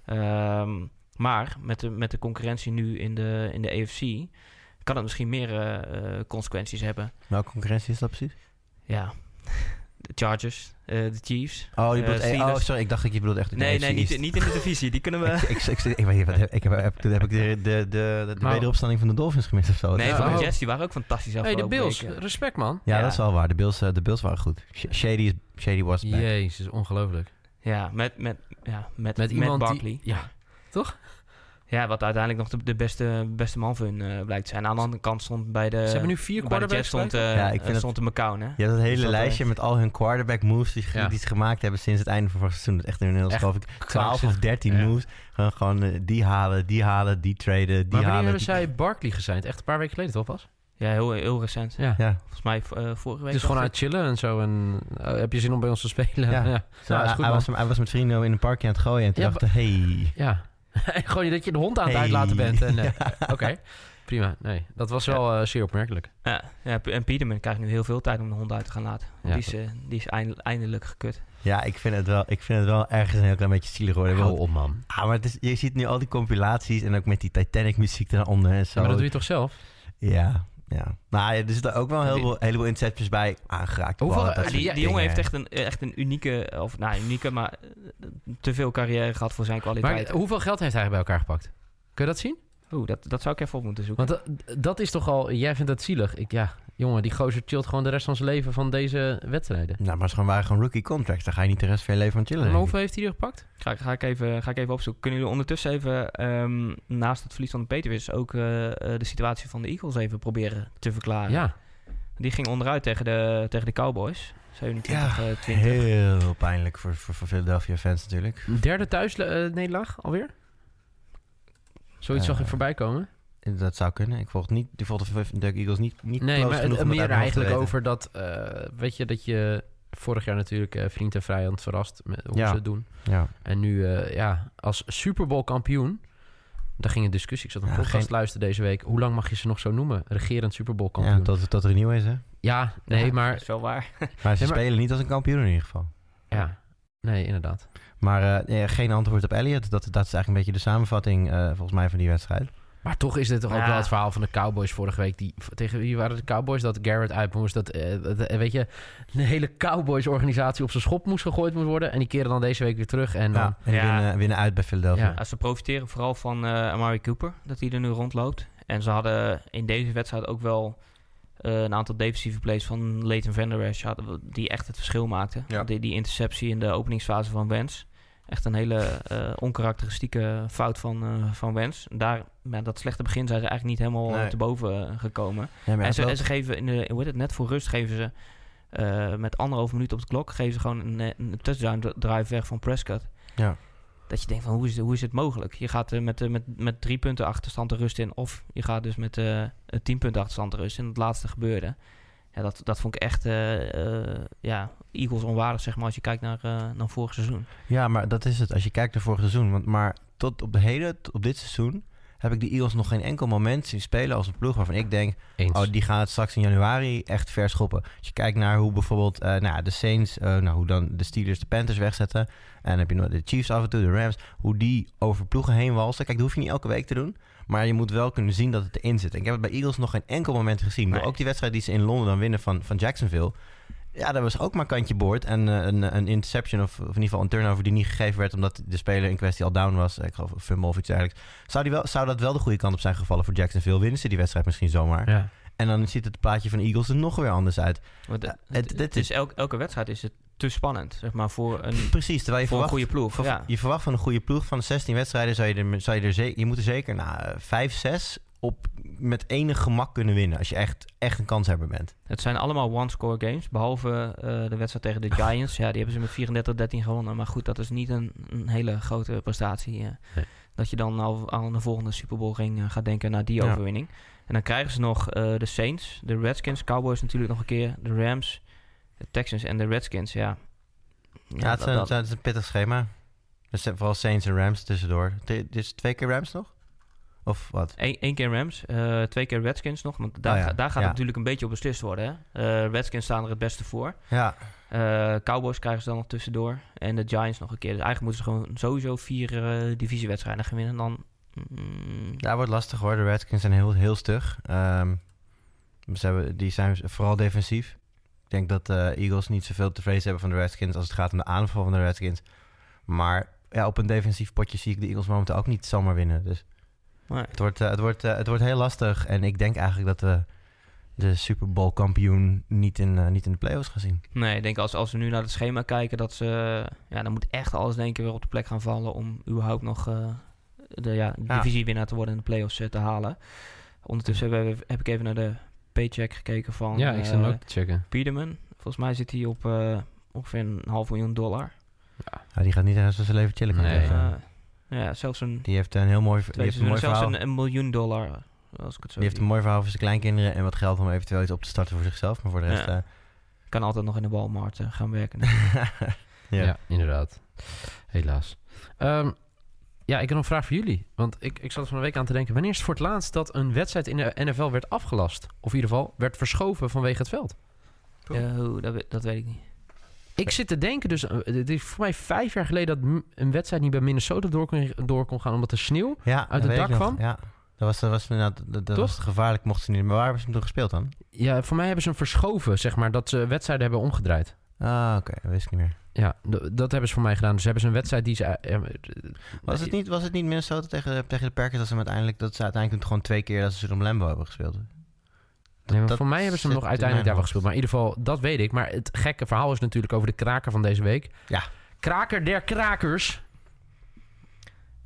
B: Ehm, maar met de, met de concurrentie nu in de, in de AFC kan het misschien meer eh, eh, consequenties hebben.
C: Welke concurrentie is dat precies?
B: Ja, de Chargers, eh, de Chiefs.
C: Oh, je
B: Eh,
C: bedoelt, eh, oh,
B: Steelers.
C: sorry, ik dacht dat je bedoelde echt de
B: Nee,
C: NFC
B: nee, niet,
C: East.
B: niet in de divisie. Die kunnen we...
C: Ik, ik, ik, ik weet niet, wat, ik heb, heb, toen heb ik de, de, de, de, de
D: Maar-
C: wederopstanding van de Dolphins gemist of zo.
B: Nee,
C: Dat-
B: van
D: Oh.
B: de Jets, die waren ook fantastisch
D: hey, de
B: afgelopen
D: Bills,
B: weken.
D: respect man.
C: ja,
B: ja.
C: dat is wel waar. De Bills, eh, de Bills waren goed. Sh- Shady, is- Shady was back.
D: Jezus, ongelooflijk.
B: Ja, met, met, ja, met,
D: Met
B: met,
D: iemand
B: Barkley.
D: die... Ja,
B: Ja, wat uiteindelijk nog de, de beste, beste man van hun eh, blijkt te zijn. Aan de andere kant stond bij de...
D: ze hebben nu vier
B: Eh, bij de Jets stond,
D: quarterbacks.
B: eh
C: Ja, ik vind
B: eh,
C: het-
B: stond de McCown, hè?
C: Je hebt dat hele
B: dat
C: lijstje met al hun quarterback moves die, ge-
D: Ja.
C: die ze gemaakt hebben sinds het einde van vorig seizoen. Dat is echt een heel
D: Echt
C: geloof ik 12 of 13
D: Ja.
C: moves. Gewoon, gewoon eh, die halen, die halen, die traden, die
D: maar wanneer
C: halen.
D: hebben
C: die-
D: zij Barkley gezeind? Echt een paar weken geleden toch pas?
B: Ja, heel, heel recent.
D: Ja.
C: Ja,
B: Volgens mij eh, vorige week.
D: Dus gewoon
B: dacht
D: aan het chillen en zo. En, eh, heb je zin om bij ons te spelen? ja.
C: Ja. Zo,
D: Nou, is goed,
C: hij, hij
D: man.
C: was, hij was met vrienden in een parkje aan het gooien en toen
D: Ja,
C: dacht ik, hey.
D: Ja. En gewoon dat je de hond aan het
C: Hey.
D: uitlaten bent. En, eh, Oké, prima. Nee, dat was wel eh, zeer opmerkelijk.
B: ik. Ja, ja, P- en Piederman krijgt nu heel veel tijd om de hond uit te gaan laten.
D: Ja.
B: Die is, eh, die is eind- eindelijk gekut.
C: Ja, ik vind, het wel, ik vind het wel ergens een heel klein beetje zielig worden.
D: Hou op, man.
C: Ah, maar het is, je ziet nu al die compilaties en ook met die Titanic muziek eronder en zo.
D: maar dat doe je toch zelf?
C: Ja, ja. Nou, ja, er zitten ook wel een
D: Heb je-
C: heleboel, heleboel interceptions bij aangeraakt.
D: Hoeveel-
C: Ballen, dat
D: eh,
B: Die, die
C: soort dingen.
B: jongen heeft echt een, echt een unieke... Of nou, unieke, maar eh, te veel carrière gehad voor zijn
D: Maar
B: kwaliteit.
D: hoeveel geld heeft hij bij elkaar gepakt? Kun je dat zien?
B: Oeh, dat, dat zou ik even op moeten zoeken.
D: Want dat, dat is toch al... Jij vindt dat zielig. Ik, ja, jongen, die gozer chillt gewoon de rest van zijn leven van deze wedstrijden.
C: Nou, maar het gewoon, waren gewoon rookie contracts. Daar ga je niet de rest van je leven aan chillen.
D: Maar
C: denk ik.
D: hoeveel heeft hij er gepakt?
B: Ga, ik- ga, ik even, ga ik even opzoeken. Kunnen jullie ondertussen even, ehm, naast het verlies van de Peterwis, ook eh, eh, de situatie van de Eagles even proberen te verklaren?
D: Ja.
B: Die ging onderuit tegen de, tegen de Cowboys. 27 eh, 20.
C: Heel pijnlijk voor, voor, voor Philadelphia fans natuurlijk.
D: Derde thuisnederlaag alweer? Zoiets
C: Eh,
D: zag ik voorbij komen.
C: Dat zou kunnen. Ik volg niet, ik volg de de Eagles niet, niet
D: Nee,
C: close
D: maar
C: genoeg
D: het,
C: om dat
D: meer
C: uit mijn hoofd te
D: eigenlijk
C: weten.
D: over dat... eh, weet je, dat je vorig jaar natuurlijk eh, vriend en vijand verrast met hoe
C: Ja.
D: ze het doen.
C: Ja.
D: En nu, eh, ja, als Super Bowl kampioen. Daar ging een discussie. Ik zat een
C: Ja,
D: podcast
C: geen-
D: te luisteren deze week. Hoe lang mag je ze nog zo noemen? Regerend Super Bowl
C: Ja,
D: kampioen. Ja,
C: tot, tot er een nieuw is, hè.
D: nee,
B: Ja, Dat
D: maar.
B: is wel waar.
C: Maar ze
D: Ja, maar-
C: spelen niet als een kampioen in ieder geval.
D: Ja, nee, inderdaad.
C: Maar eh, ja, geen antwoord op Elliot. Dat, dat is eigenlijk een beetje de samenvatting eh, volgens mij van die wedstrijd.
D: Maar toch is dit toch ook
B: Ja.
D: wel het verhaal van de Cowboys vorige week. Die, tegen wie waren de Cowboys? Dat Garrett uit moest. Dat, eh, dat, eh, weet je, een hele Cowboys-organisatie op zijn schop moest gegooid moet worden. En die keren dan deze week weer terug. En dan,
C: Ja, en
B: Ja.
C: Winnen, winnen uit bij Philadelphia.
D: Ja.
B: Ja, ze profiteren vooral van eh Amari Cooper, dat hij er nu rondloopt. En ze hadden in deze wedstrijd ook wel eh, een aantal defensieve plays van Leighton Van der Esch hadden we- die echt het verschil maakten.
C: Ja.
B: Die, die interceptie in de openingsfase van Wens. Echt een hele eh, onkarakteristieke fout van, eh, van Wens. Daar, met dat slechte begin zijn ze eigenlijk niet helemaal
C: Nee.
B: eh, te boven eh, gekomen.
C: Ja, maar
B: En
C: hij
B: ze, en
C: loopt-
B: ze geven, in de, hoe heet het, net voor rust geven ze eh, met anderhalf minuut op de klok, geven ze gewoon een, eh, een touchdown dri- drive weg van Prescott.
C: Ja.
B: Dat je denkt van, hoe is, hoe is het mogelijk? Je gaat eh, met, eh, met, met drie punten achterstand de rust in, of je gaat dus met eh, een tien punten achterstand de rust in. Het laatste gebeurde. Ja, dat, dat vond ik echt, eh, eh, ja, Eagles onwaardig, zeg maar, als je kijkt naar, eh, naar vorig seizoen.
C: ja, maar dat is het. Als je kijkt naar vorig seizoen. Want, maar tot op, de hele, tot op dit seizoen heb ik de Eagles nog geen enkel moment zien spelen als een ploeg waarvan ik denk...
D: eens.
C: Oh, die gaan het straks in januari echt verschoppen. Als je kijkt naar hoe bijvoorbeeld eh, nou, ja, de Saints, eh, nou, hoe dan de Steelers de Panthers wegzetten. En dan heb je nog de Chiefs af en toe, de Rams. Hoe die over ploegen heen walsen. Kijk, dat hoef je niet elke week te doen. Maar je moet wel kunnen zien dat het erin zit. En ik heb het bij Eagles nog geen enkel moment gezien. Maar
B: Nee.
C: Ook die wedstrijd die ze in Londen dan winnen van, van Jacksonville. Ja, dat was ook maar kantje boord. En eh, een, een interception of, of in ieder geval een turnover die niet gegeven werd... omdat de speler in kwestie al down was. Eh, Ik geloof een fumble of iets dergelijks. Zou, die wel, zou dat wel de goede kant op zijn gevallen voor Jacksonville? Winnen ze die wedstrijd misschien zomaar?
D: ja.
C: En dan ziet het plaatje van de Eagles er nog weer anders uit.
B: Want, eh,
C: Ja,
B: het,
C: het- dit
B: het is elk- elke wedstrijd is het te spannend, zeg maar, voor een,
C: Precies, terwijl je
B: voor een
C: verwacht...
B: goede ploeg.
C: van-
B: ja.
C: Je verwacht van een goede ploeg van de 16 wedstrijden... Zou je, er, zou je, er zeker, je moet er zeker na 5, 6 op, met enig gemak kunnen winnen... als je echt, echt een kanshebber bent.
B: Het zijn allemaal one-score games, behalve eh, de wedstrijd tegen de Giants. ja, die hebben ze met 34-13 gewonnen. Maar goed, dat is niet een, een hele grote prestatie. eh.
D: Nee.
B: Dat je dan al aan de volgende Super Bowl ring eh, gaat denken naar die
C: Ja.
B: overwinning. En dan krijgen ze nog eh, de Saints, de Redskins, Cowboys natuurlijk nog een keer, de Rams, de Texans en de Redskins. Ja, ja,
C: Ja, het, is
B: dat-
C: een,
B: dat-
C: het is een pittig schema. Er zijn vooral Saints en Rams tussendoor. T- Dit is twee keer Rams nog? Of wat?
B: Eén één keer Rams, eh, twee keer Redskins nog. Want daar,
C: Oh ja,
B: ga- daar gaat
C: ja.
B: het natuurlijk een beetje op beslist worden. Hè? Eh, Redskins staan er het beste voor.
C: Ja,
B: Eh, Cowboys krijgen ze dan nog tussendoor. En de Giants nog een keer. Dus eigenlijk moeten ze gewoon sowieso vier eh, divisiewedstrijden gaan winnen. Dan, mm,
C: daar wordt lastig hoor. De Redskins zijn heel, heel stug. Ehm, ze hebben, die zijn vooral defensief. Ik denk dat de Eagles niet zoveel te vrezen hebben van de Redskins... als het gaat om de aanval van de Redskins. Maar ja, op een defensief potje zie ik de Eagles momenteel ook niet zomaar winnen. Dus
B: nee.
C: het wordt, eh, het wordt, eh, het wordt heel lastig. En ik denk eigenlijk dat we de Super Bowl kampioen niet in, eh, niet in de playoffs gaan zien.
B: Nee, ik denk als, als we nu naar het schema kijken, dat ze. Ja, dan moet echt alles in één keer weer op de plek gaan vallen. om überhaupt nog eh, de ja,
C: Ja.
B: divisiewinnaar te worden in de playoffs eh, te halen. Ondertussen heb, heb ik even naar de paycheck gekeken van.
D: ja, ik zit hem
B: eh,
D: ook te checken.
B: Peterman. Volgens mij zit hij op eh, ongeveer een half miljoen dollar.
C: Ja, die gaat niet de rest van zijn leven chillen. kan ik
D: Nee.
C: je zeggen.
B: Eh, ja, zelfs een.
C: Die heeft een heel mooi, die
B: Twee
C: heeft een
B: seizoenen,
C: mooi
B: zelfs
C: verhaal.
B: een, een miljoen dollar. eh, Als ik het zo
C: die heeft een
B: zie.
C: mooi verhaal voor zijn kleinkinderen en wat geld om eventueel iets op te starten voor zichzelf. Maar voor de rest...
B: Ja.
C: eh,
B: Kan altijd nog in de Walmart eh, gaan werken.
C: ja.
D: Ja, inderdaad. Helaas. Ehm, ja, ik heb nog een vraag voor jullie. Want ik, ik zat er van een week aan te denken... wanneer is het voor het laatst dat een wedstrijd in de NFL werd afgelast? Of in ieder geval werd verschoven vanwege het veld?
B: Eh, hoe, dat, we- dat weet ik niet.
D: Ik zit te denken, dus eh, het is voor mij vijf jaar geleden... dat m- een wedstrijd niet bij Minnesota door kon, door kon gaan... omdat de sneeuw...
C: Ja,
D: het
C: dat weet
D: dak
C: ik nog.
D: kwam?
C: Ja, dat was, dat was, inderdaad- dat, dat
D: Toch?
C: was gevaarlijk, mochten ze niet. Maar waar hebben ze hem toen gespeeld dan?
D: Ja, voor mij hebben ze hem verschoven, zeg maar... dat ze wedstrijden hebben omgedraaid.
C: Ah, oké, dat wist ik niet meer.
D: Ja, d- dat hebben ze voor mij gedaan. Dus hebben ze een wedstrijd die ze... eh, eh,
C: Was het niet, was het niet Minnesota tegen, de- tegen de Packers dat ze, hem uiteindelijk, dat ze uiteindelijk gewoon twee keer dat ze hem Lambo hebben gespeeld?
D: Nee, maar
C: Dat
D: voor mij hebben ze hem
C: zit
D: nog
C: in mijn
D: uiteindelijk daar wel
C: hoofd.
D: gespeeld. Maar in ieder geval, dat weet ik. Maar het gekke verhaal is natuurlijk over de kraker van deze week.
C: Ja.
D: Kraker der krakers.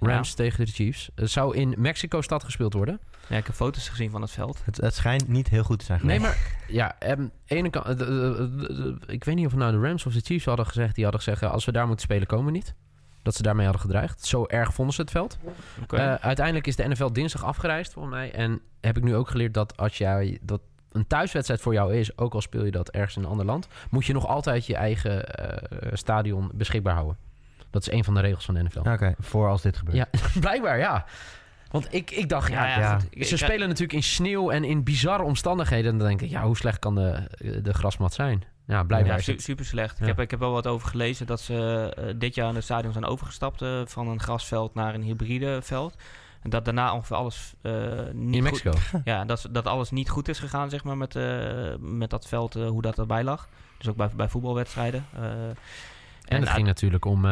D: Rams tegen de Chiefs. Het zou in Mexico-stad gespeeld worden.
B: Ja, ik heb foto's gezien van het veld.
C: Het, het schijnt niet heel goed te zijn
D: Nee,
C: geweest.
D: maar ja, ehm, ene kant, eh, eh, eh, eh, ik weet niet of het nou de Rams of de Chiefs hadden gezegd. Die hadden gezegd, eh, als we daar moeten spelen, komen we niet. Dat ze daarmee hadden gedreigd. Zo erg vonden ze het veld.
B: Oké.
D: Eh, uiteindelijk is de NFL dinsdag afgereisd voor mij. En heb ik nu ook geleerd dat als jij dat een thuiswedstrijd voor jou is, ook al speel je dat ergens in een ander land, moet je nog altijd je eigen eh, stadion beschikbaar houden. Dat is een van de regels van de NFL.
C: Oké, voor als dit gebeurt.
D: Ja. Blijkbaar, ja. Want ik, ik dacht, ja,
C: ja.
B: goed. Ik-
D: ze
B: ik-
D: spelen natuurlijk in sneeuw en in bizarre omstandigheden. En dan denk ik, ja, hoe slecht kan de, de grasmat zijn? Ja, blijkbaar.
B: Ja,
D: is
B: su-
D: het-
B: super slecht.
D: Ja.
B: Ik, heb, ik heb wel wat over gelezen dat ze eh, dit jaar in het stadion zijn overgestapt eh, van een grasveld naar een hybride veld. En dat daarna ongeveer alles eh, niet
D: In
B: goed-
D: Mexico.
B: ja, dat, is- dat alles niet goed is gegaan, zeg maar, met, eh, met dat veld, eh, hoe dat erbij lag. Dus ook bij, bij voetbalwedstrijden. eh.
D: En het
B: uit-
D: ging natuurlijk om... eh,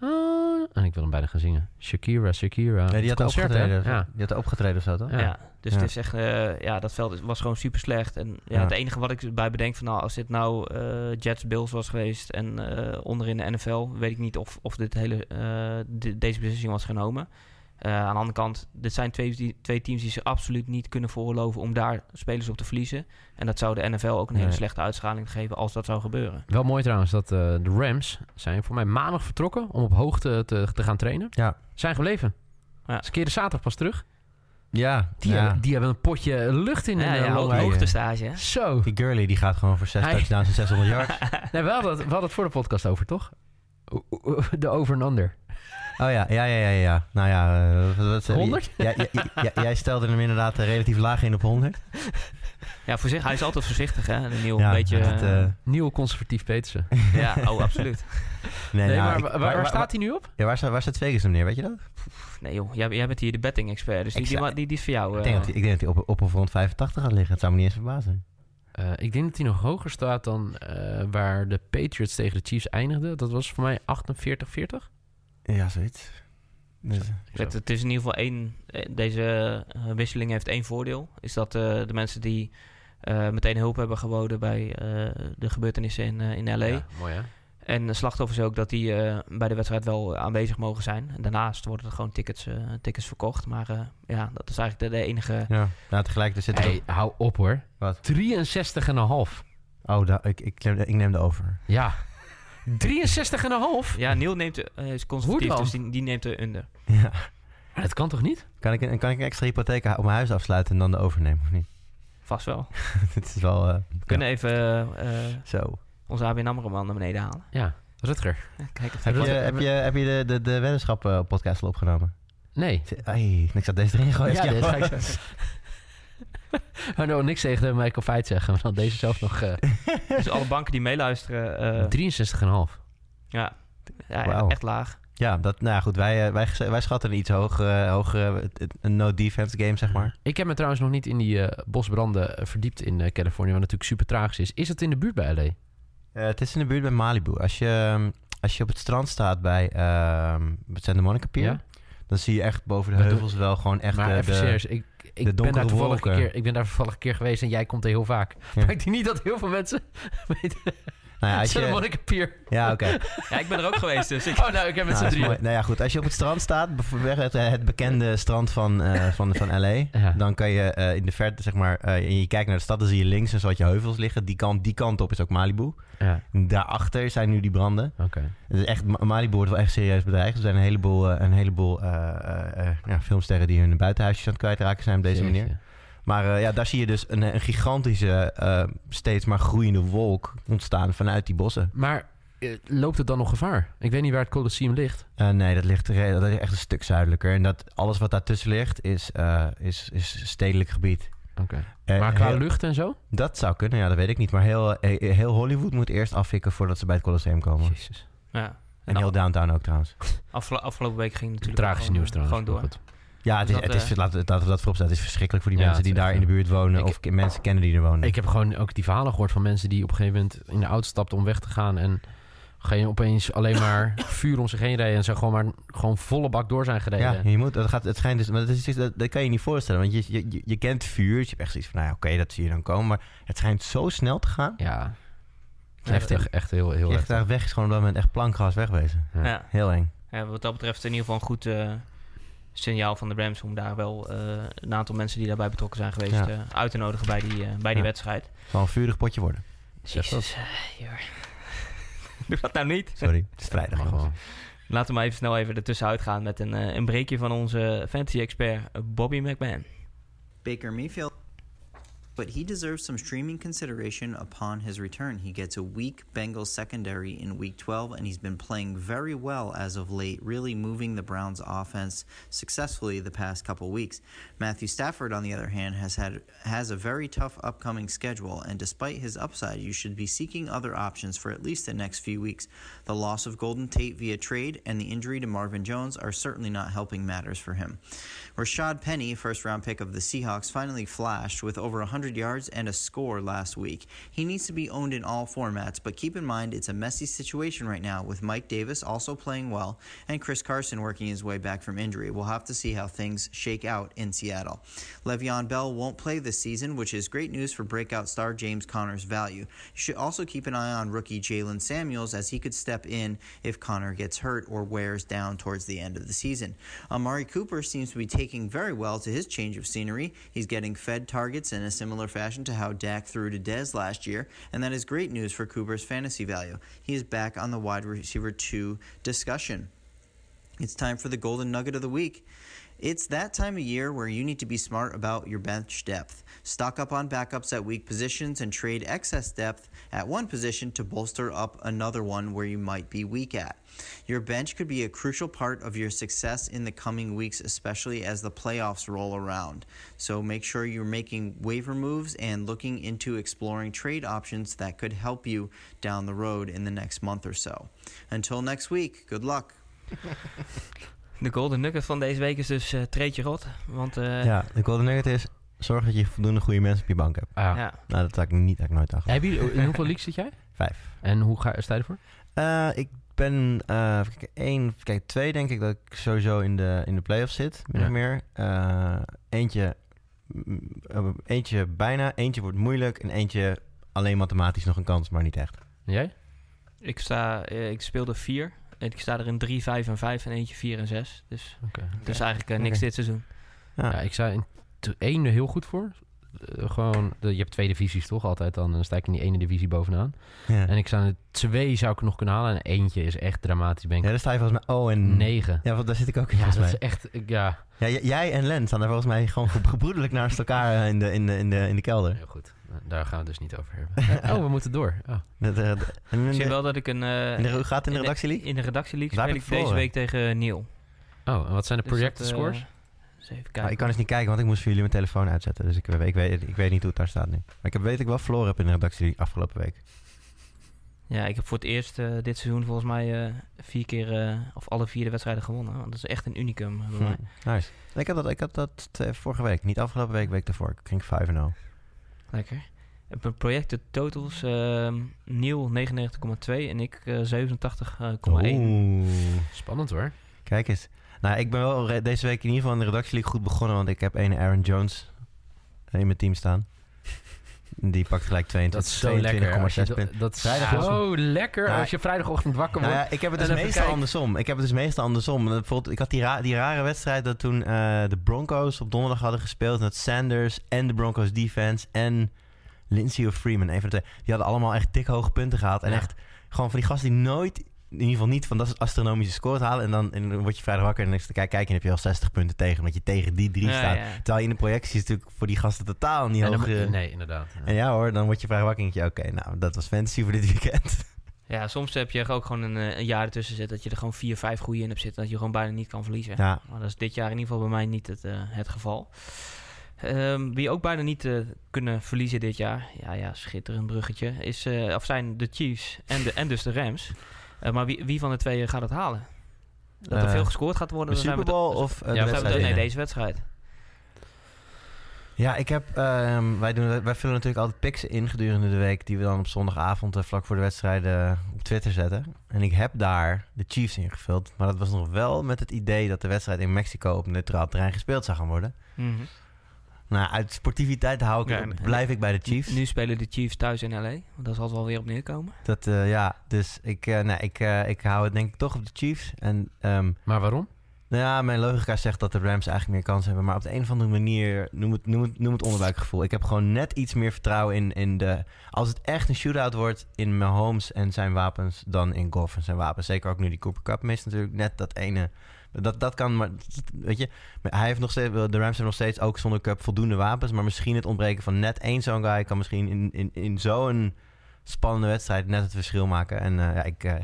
D: ah, en ik wil hem bijna gaan zingen. Shakira, Shakira.
C: Nee, die
D: Het
C: had
D: concert, hè?
C: opgetreden.
D: Ja.
C: Die had opgetreden of zo, toch?
B: Ja.
D: Ja.
B: Dus
C: Ja.
B: het is echt, eh, ja, dat veld is- was gewoon super slecht. En ja,
C: Ja.
B: het enige wat ik erbij bedenk van, nou, als dit nou eh, Jets Bills was geweest en eh, onderin de NFL, weet ik niet of, of dit hele, eh, de- deze beslissing was genomen. Eh, aan de andere kant, dit zijn twee, die- twee teams die ze absoluut niet kunnen voorloven om daar spelers op te verliezen. En dat zou de NFL ook een hele
C: Nee.
B: slechte uitschaling geven als dat zou gebeuren.
D: Wel mooi trouwens dat eh, de Rams zijn voor mij maandag vertrokken om op hoogte te, te gaan trainen.
C: Ja.
D: Zijn gebleven.
B: Ja.
D: Ze keren zaterdag pas terug.
C: Ja,
D: Die,
C: ja.
D: hebben, die hebben een potje lucht in
B: ja,
D: hun
B: ja,
D: ja,
B: ook
C: hij, eh,
B: hoogtestage. hè?
D: Zo.
C: Die Gurley die gaat gewoon voor 6
D: Hij-
C: touchdowns en 600 yards.
D: Nee, we, hadden het, we hadden het voor de podcast over, toch? O- o- o- De over en under.
C: Oh ja, ja, ja, ja, ja. Nou ja, eh, wat- wat-
D: 100?
C: Ja, ja, ja, ja, jij stelde hem inderdaad eh, relatief laag in op 100.
B: Ja, voorzicht, hij is altijd voorzichtig, hè? Een nieuw
C: ja,
B: beetje...
C: dat, eh,
B: eh,
D: Nieuw conservatief Petersen.
B: ja, oh, absoluut.
C: nee,
D: Nee,
C: nou,
D: maar
C: ik-
D: wa- waar, waar staat hij nu op?
C: Ja, waar, staat- waar staat Vegas hem neer, weet je dat?
B: Pff, Nee joh, jij, jij bent hier de betting-expert, dus die,
C: Ik
B: die,
C: zei-
B: ma- die, die is voor jou.
C: ik,
B: eh.
C: denk dat hij, ik denk dat hij op, op of rond 85 gaat liggen. Het zou me niet eens verbazen.
D: Eh, ik denk dat hij nog hoger staat dan eh, waar de Patriots tegen de Chiefs eindigden. Dat was voor mij 48-40.
C: Ja, zoiets. Dus,
B: Het, het is in ieder geval één. eh, Deze eh, wisseling heeft één voordeel. Is dat eh, de mensen die eh, meteen hulp hebben geboden bij eh, de gebeurtenissen in, eh, in LA.
D: Ja, mooi hè?
B: En de slachtoffers ook dat die eh, bij de wedstrijd wel aanwezig mogen zijn. En daarnaast worden er gewoon tickets, eh, tickets verkocht. Maar eh, ja, dat is eigenlijk de, de enige.
C: ja. Nou, tegelijk, er zit er
D: Hey, hou op hoor.
C: Wat?
D: 63,5.
C: ook- Oh, daar- ik, ik, neem, ik neem de over.
D: Ja. 63,5?
B: Ja, Neil neemt, eh, is conservatief,
D: Woodland.
B: dus die, die neemt de under.
C: Ja.
D: Maar dat kan toch niet?
C: Kan ik, een- kan ik een extra hypotheek op mijn huis afsluiten en dan de overnemen, of niet?
B: Vast wel.
C: Dit is wel... eh,
B: We kunnen even eh, eh,
C: ja, zo.
B: onze ABN AMRO-man naar beneden halen.
D: Ja. Rutger.
B: Kijk, of
C: Heb je,
D: Wat-
C: heb je, heb je de, de, de weddenschappen-podcast al opgenomen?
D: Nee.
C: Hey, ik zat deze erin gooien.
D: Ja, dit ga ik zo. Maar nou, niks tegen de Michael Feit zeggen, maar dan deze zelf nog eh,
B: dus alle banken die meeluisteren, eh,
D: 63,5.
B: Ja, ja
C: Wauw.
B: echt laag.
C: Ja, dat, nou ja, goed, wij, eh, wij, ge- wij schatten een iets hogere, hogere het- het- een no-defense game, zeg maar.
D: Ik heb me trouwens nog niet in die eh, bosbranden eh, verdiept in eh, Californië, wat natuurlijk super tragisch is. Is het in de buurt bij LA?
C: Eh, het is in de buurt bij Malibu. Als je, ehm, als je op het strand staat bij ehm het Santa Monica Pier,
D: Ja?
C: dan zie je echt boven de
D: Maar
C: heuvels wel gewoon echt
D: maar
C: eh,
D: even
C: de...
D: serieus, ik, ik, ben
C: donkere
D: daar toevallig een
C: wolken.
D: keer, ik ben daar toevallig een keer geweest en jij komt er heel vaak. Maar ik denk niet dat heel veel mensen weten
C: Nou ja, als
D: Santa
C: je,
D: Monica Pier.
C: ja oké.
B: Ja, ik ben er ook geweest, dus ik...
D: Oh, nou, ik heb met
C: Nou,
D: z'n
C: dat is mooi.
D: drieën.
C: nou ja, goed. Als je op het strand staat, bijvoorbeeld het, eh, het bekende strand van, eh, van, van L.A.,
D: Ja.
C: dan kan je eh, in de verte, zeg maar, eh, en je kijkt naar de stad, dan zie je links en zo wat je heuvels liggen. Die kant, die kant op is ook Malibu.
D: Ja,
C: En daarachter zijn nu die branden.
D: oké.
C: Het is echt, Ma- Malibu wordt wel echt serieus bedreigd. Er zijn een heleboel, eh, een heleboel eh, eh, eh, ja, filmsterren die hun buitenhuisjes aan het kwijtraken zijn op deze
D: Jeetje.
C: manier. Maar eh, ja, daar zie je dus een, een gigantische, eh, steeds maar groeiende wolk ontstaan vanuit die bossen.
D: Maar eh, loopt het dan nog gevaar? Ik weet niet waar het Colosseum ligt.
C: Eh, nee, dat ligt re- dat is echt een stuk zuidelijker. En dat, alles wat daartussen ligt is, eh, is, is stedelijk gebied.
D: Oké.
C: Eh,
D: Maar qua
C: heel-
D: lucht en zo?
C: Dat zou kunnen, ja, dat weet ik niet. Maar heel, eh, heel Hollywood moet eerst afvikken voordat ze bij het Colosseum komen.
D: Jezus. Nou.
B: Ja.
C: En heel downtown ook trouwens.
B: Afgelo- afgelopen week ging natuurlijk
D: Tragische
B: gewoon,
D: nieuws trouwens.
B: gewoon door.
D: maar goed.
C: Ja, het is,
B: Dus dat,
C: het is,
B: eh,
C: laten, we- laten we dat voorop zetten. Het is verschrikkelijk voor die
D: Ja,
C: mensen die
D: het is
C: daar
D: echt,
C: in de buurt wonen.
D: Ik-
C: of ke- mensen kennen die er wonen.
D: Ik heb gewoon ook die verhalen gehoord van mensen die op een gegeven moment in de auto stapten om weg te gaan. En geen opeens alleen maar vuur om zich heen rijden. En ze gewoon maar gewoon volle bak door zijn gereden.
C: ja, je moet, dat gaat, het schijnt dus, maar dat, is, iets- dat, dat kan je niet voorstellen. Want je, je, je, je kent vuur, dus je hebt echt zoiets van, nou ja, oké, dat zie je dan komen. Maar het schijnt zo snel te gaan.
D: Ja.
B: Ja,
D: Heftig, echt heel, heel
C: echt
D: heftig.
C: daar weg is gewoon op dat moment echt plankgas wegwezen.
D: Ja.
B: Ja.
C: Heel eng.
B: Ja, wat dat betreft in ieder geval een goed eh, signaal van de Rams... om daar wel eh, een aantal mensen die daarbij betrokken zijn geweest...
C: Ja.
B: eh, uit te nodigen bij die, eh, bij die
C: Ja.
B: wedstrijd.
C: Het zal een vurig potje worden. Zeg dat.
B: Jezus, eh, joh. Doe dat nou niet.
C: Sorry, het is vrijdag.
D: Mag
C: jongens.
D: wel.
B: Laten we maar even snel even ertussenuit gaan... met een, eh, een breekje van onze fantasy-expert eh, Bobby McMahon.
E: Baker Mayfield. But he deserves some streaming consideration upon his return. He gets a weak Bengals secondary in week 12, and he's been playing very well as of late, really moving the Browns' offense successfully the past couple weeks. Matthew Stafford, on the other hand, has had has a very tough upcoming schedule, and despite his upside, you should be seeking other options for at least the next few weeks. The loss of Golden Tate via trade and the injury to Marvin Jones are certainly not helping matters for him. Rashad Penny, first round pick of the Seahawks, finally flashed with over 100 yards and a score last week. He needs to be owned in all formats, but keep in mind it's a messy situation right now with Mike Davis also playing well and Chris Carson working his way back from injury. We'll have to see how things shake out in Seattle. Le'Veon Bell won't play this season, which is great news for breakout star James Connor's value. You should also keep an eye on rookie Jalen Samuels as he could step in if Connor gets hurt or wears down towards the end of the season. Amari Cooper seems to be taking very well to his change of scenery. He's getting fed targets in a similar fashion to how Dak threw to Dez last year, and that is great news for Cooper's fantasy value. He is back on the wide receiver 2 discussion. It's time for the golden nugget of the week. It's that time of year where you need to be smart about your bench depth. Stock up on backups at weak positions and trade excess depth at one position to bolster up another one where you might be weak at. Your bench could be a crucial part of your success in the coming weeks, especially as the playoffs roll around. So make sure you're making waiver moves and looking into exploring trade options that could help you down the road in the next month or so. Until next week, good luck.
B: De golden nugget van deze week is dus eh treed je rot. Want eh,
C: ja, de golden nugget is... Zorg dat je voldoende goede mensen op je bank hebt.
D: Ah.
B: ja.
C: Nou, dat had ik niet, had ik nooit aan gedacht.
D: Heb je, in hoeveel leaks zit jij?
C: Vijf.
D: En hoe ga, sta je ervoor?
C: Eh, ik ben, eh even kijken, één, even kijken, twee denk ik dat ik sowieso in de, in de play-offs zit, min
D: Ja.
C: of meer. Eh, eentje, mm, eh, eentje bijna, eentje wordt moeilijk en eentje alleen mathematisch nog een kans, maar niet echt.
D: En jij?
B: Ik, sta, eh, ik speelde 4. Ik sta er in 3, 5 en 5 en eentje 4 en 6. Dus
D: Oké.
B: het is eigenlijk eh, niks
C: Oké.
B: dit seizoen.
C: Ja.
D: Ja, ik sta in t- één heel goed voor. Eh, gewoon, de- je hebt twee divisies toch altijd, dan, dan sta ik in die ene divisie bovenaan.
C: Ja.
D: En ik sta in twee zou ik nog kunnen halen en eentje is echt dramatisch. Ben ik
C: ja, daar sta je volgens mij, oh
B: Mm.
C: en...
D: negen.
C: Ja, want daar zit ik ook in,
D: Ja,
C: volgens
D: dat
C: mij.
D: is echt, ik- ja.
C: Ja, j- jij en Len staan daar volgens mij gewoon ge- gebroedelijk naast elkaar eh, in de, in de, in de, in de kelder.
D: Heel goed, daar gaan we het dus niet over hebben. Oh, we moeten door. Oh.
C: Dat, eh, d- en in
B: Ik zie
C: de-
B: wel dat ik een... eh,
C: in de- hoe gaat het in de redactieleague?
B: In de redactieleague
C: Waar
B: speel
C: heb
B: ik
C: ik
B: deze week
C: verloren?
B: tegen eh, Neil.
D: Oh, en wat zijn de
C: eh,
D: projected scores?
B: eh, Eens even
C: Maar Ah,
B: kijken.
C: ik kan eens niet kijken, want ik moest voor jullie mijn telefoon uitzetten. Dus ik, ik, weet, ik weet niet hoe het daar staat nu. Maar ik heb, weet dat ik wel verloren heb in de redactie afgelopen week.
B: Ja, ik heb voor het eerst eh, dit seizoen volgens mij eh, vier keer... eh, of alle vier de wedstrijden gewonnen. Want dat is echt een unicum eh,
C: Hm.
B: bij mij.
C: Nice. Ik had dat, ik had dat eh, vorige week. Niet afgelopen week, week daarvoor. Ik ging 5-0.
B: Lekker. Ik heb een projected totals. ehm Neil 99,2 en ik eh, 87,1.
C: Oeh.
D: Spannend hoor.
C: Kijk eens. Nou, ik ben wel re- deze week in ieder geval in de redactieleague goed begonnen. Want ik heb een Aaron Jones eh, in mijn team staan. Die pakt gelijk 22.
D: Dat is zo lekker. als je
C: 22,6
D: dat-
C: punten.
D: Dat is
C: Vrijdag-
D: zo lekker
C: Nou,
D: als je vrijdagochtend wakker
C: Nou
D: wordt.
C: ja, ik heb het
D: En
C: dus
D: even
C: meestal
D: kijken.
C: andersom. Ik heb het dus meestal andersom. Dat Bijvoorbeeld, ik had die, ra- die rare wedstrijd dat toen eh, de Broncos op donderdag hadden gespeeld. En dat Sanders en de Broncos defense en Lindsey of Freeman, een van de twee, die hadden allemaal echt dik hoge punten gehaald. En
D: Ja.
C: echt gewoon van die gasten die nooit, in ieder geval niet van dat soort astronomische scores halen. En dan, en dan word je vrijdag wakker en dan is te kijken, kijk, en dan heb je al 60 punten tegen, omdat je tegen die drie
B: Ja,
C: staat.
B: ja.
C: Terwijl je in de projecties natuurlijk voor die gasten totaal niet
D: En dan-
C: hoog... eh,
D: nee, inderdaad. Ja.
C: En ja hoor, dan word je vrijdag wakker en denk je, oké, nou, dat was fantasy voor dit weekend.
B: Ja, soms heb je ook gewoon een, eh, een jaar ertussen zitten dat je er gewoon vier, vijf goede in hebt zitten. Dat je gewoon bijna niet kan verliezen.
C: Ja,
B: Maar dat is dit jaar in ieder geval bij mij niet het, eh, het geval. Ehm, wie ook bijna niet eh, kunnen verliezen dit jaar, ja, ja, schitterend bruggetje, is, eh, of zijn de Chiefs en, de, en dus de Rams. Eh, maar wie, wie van de twee eh, gaat het halen? Dat er
C: Eh,
B: veel gescoord gaat worden.
C: de
B: dan zijn we
C: Super
B: het-
C: Bowl of
D: Ja,
C: eh,
D: we
C: de
B: dan zijn we
C: wedstrijd
B: het- nee,
C: winnen?
B: deze wedstrijd.
C: Ja, ik heb, ehm, wij, doen, wij vullen natuurlijk altijd picks in gedurende de week... die we dan op zondagavond eh, vlak voor de wedstrijden eh, op Twitter zetten. En ik heb daar de Chiefs ingevuld. Maar dat was nog wel met het idee dat de wedstrijd in Mexico... op neutraal terrein gespeeld zou gaan worden.
B: Mhm.
C: Nou, uit sportiviteit hou ik,
B: Ja, en-
C: blijf ik bij de Chiefs.
B: Nu spelen de Chiefs thuis in LA. Want daar zal het wel weer op neerkomen.
C: Dat, eh, ja, dus ik, eh, nee, ik, eh, ik hou het denk ik toch op de Chiefs. En ehm,
D: Maar waarom?
C: nou ja, mijn logica zegt dat de Rams eigenlijk meer kans hebben. Maar op de een of andere manier, noem het, noem het, noem het onderbuikgevoel. Ik heb gewoon net iets meer vertrouwen in, in de... Als het echt een shootout wordt in Mahomes en zijn wapens... dan in Goff en zijn wapens. Zeker ook nu die Cooper Cup mist natuurlijk. Net dat ene Dat, dat kan, maar weet je, maar hij heeft nog steeds, de Rams hebben nog steeds ook zonder Cup voldoende wapens. Maar misschien het ontbreken van net één zo'n guy kan misschien in, in, in zo'n spannende wedstrijd net het verschil maken. En eh, ja, ik, eh,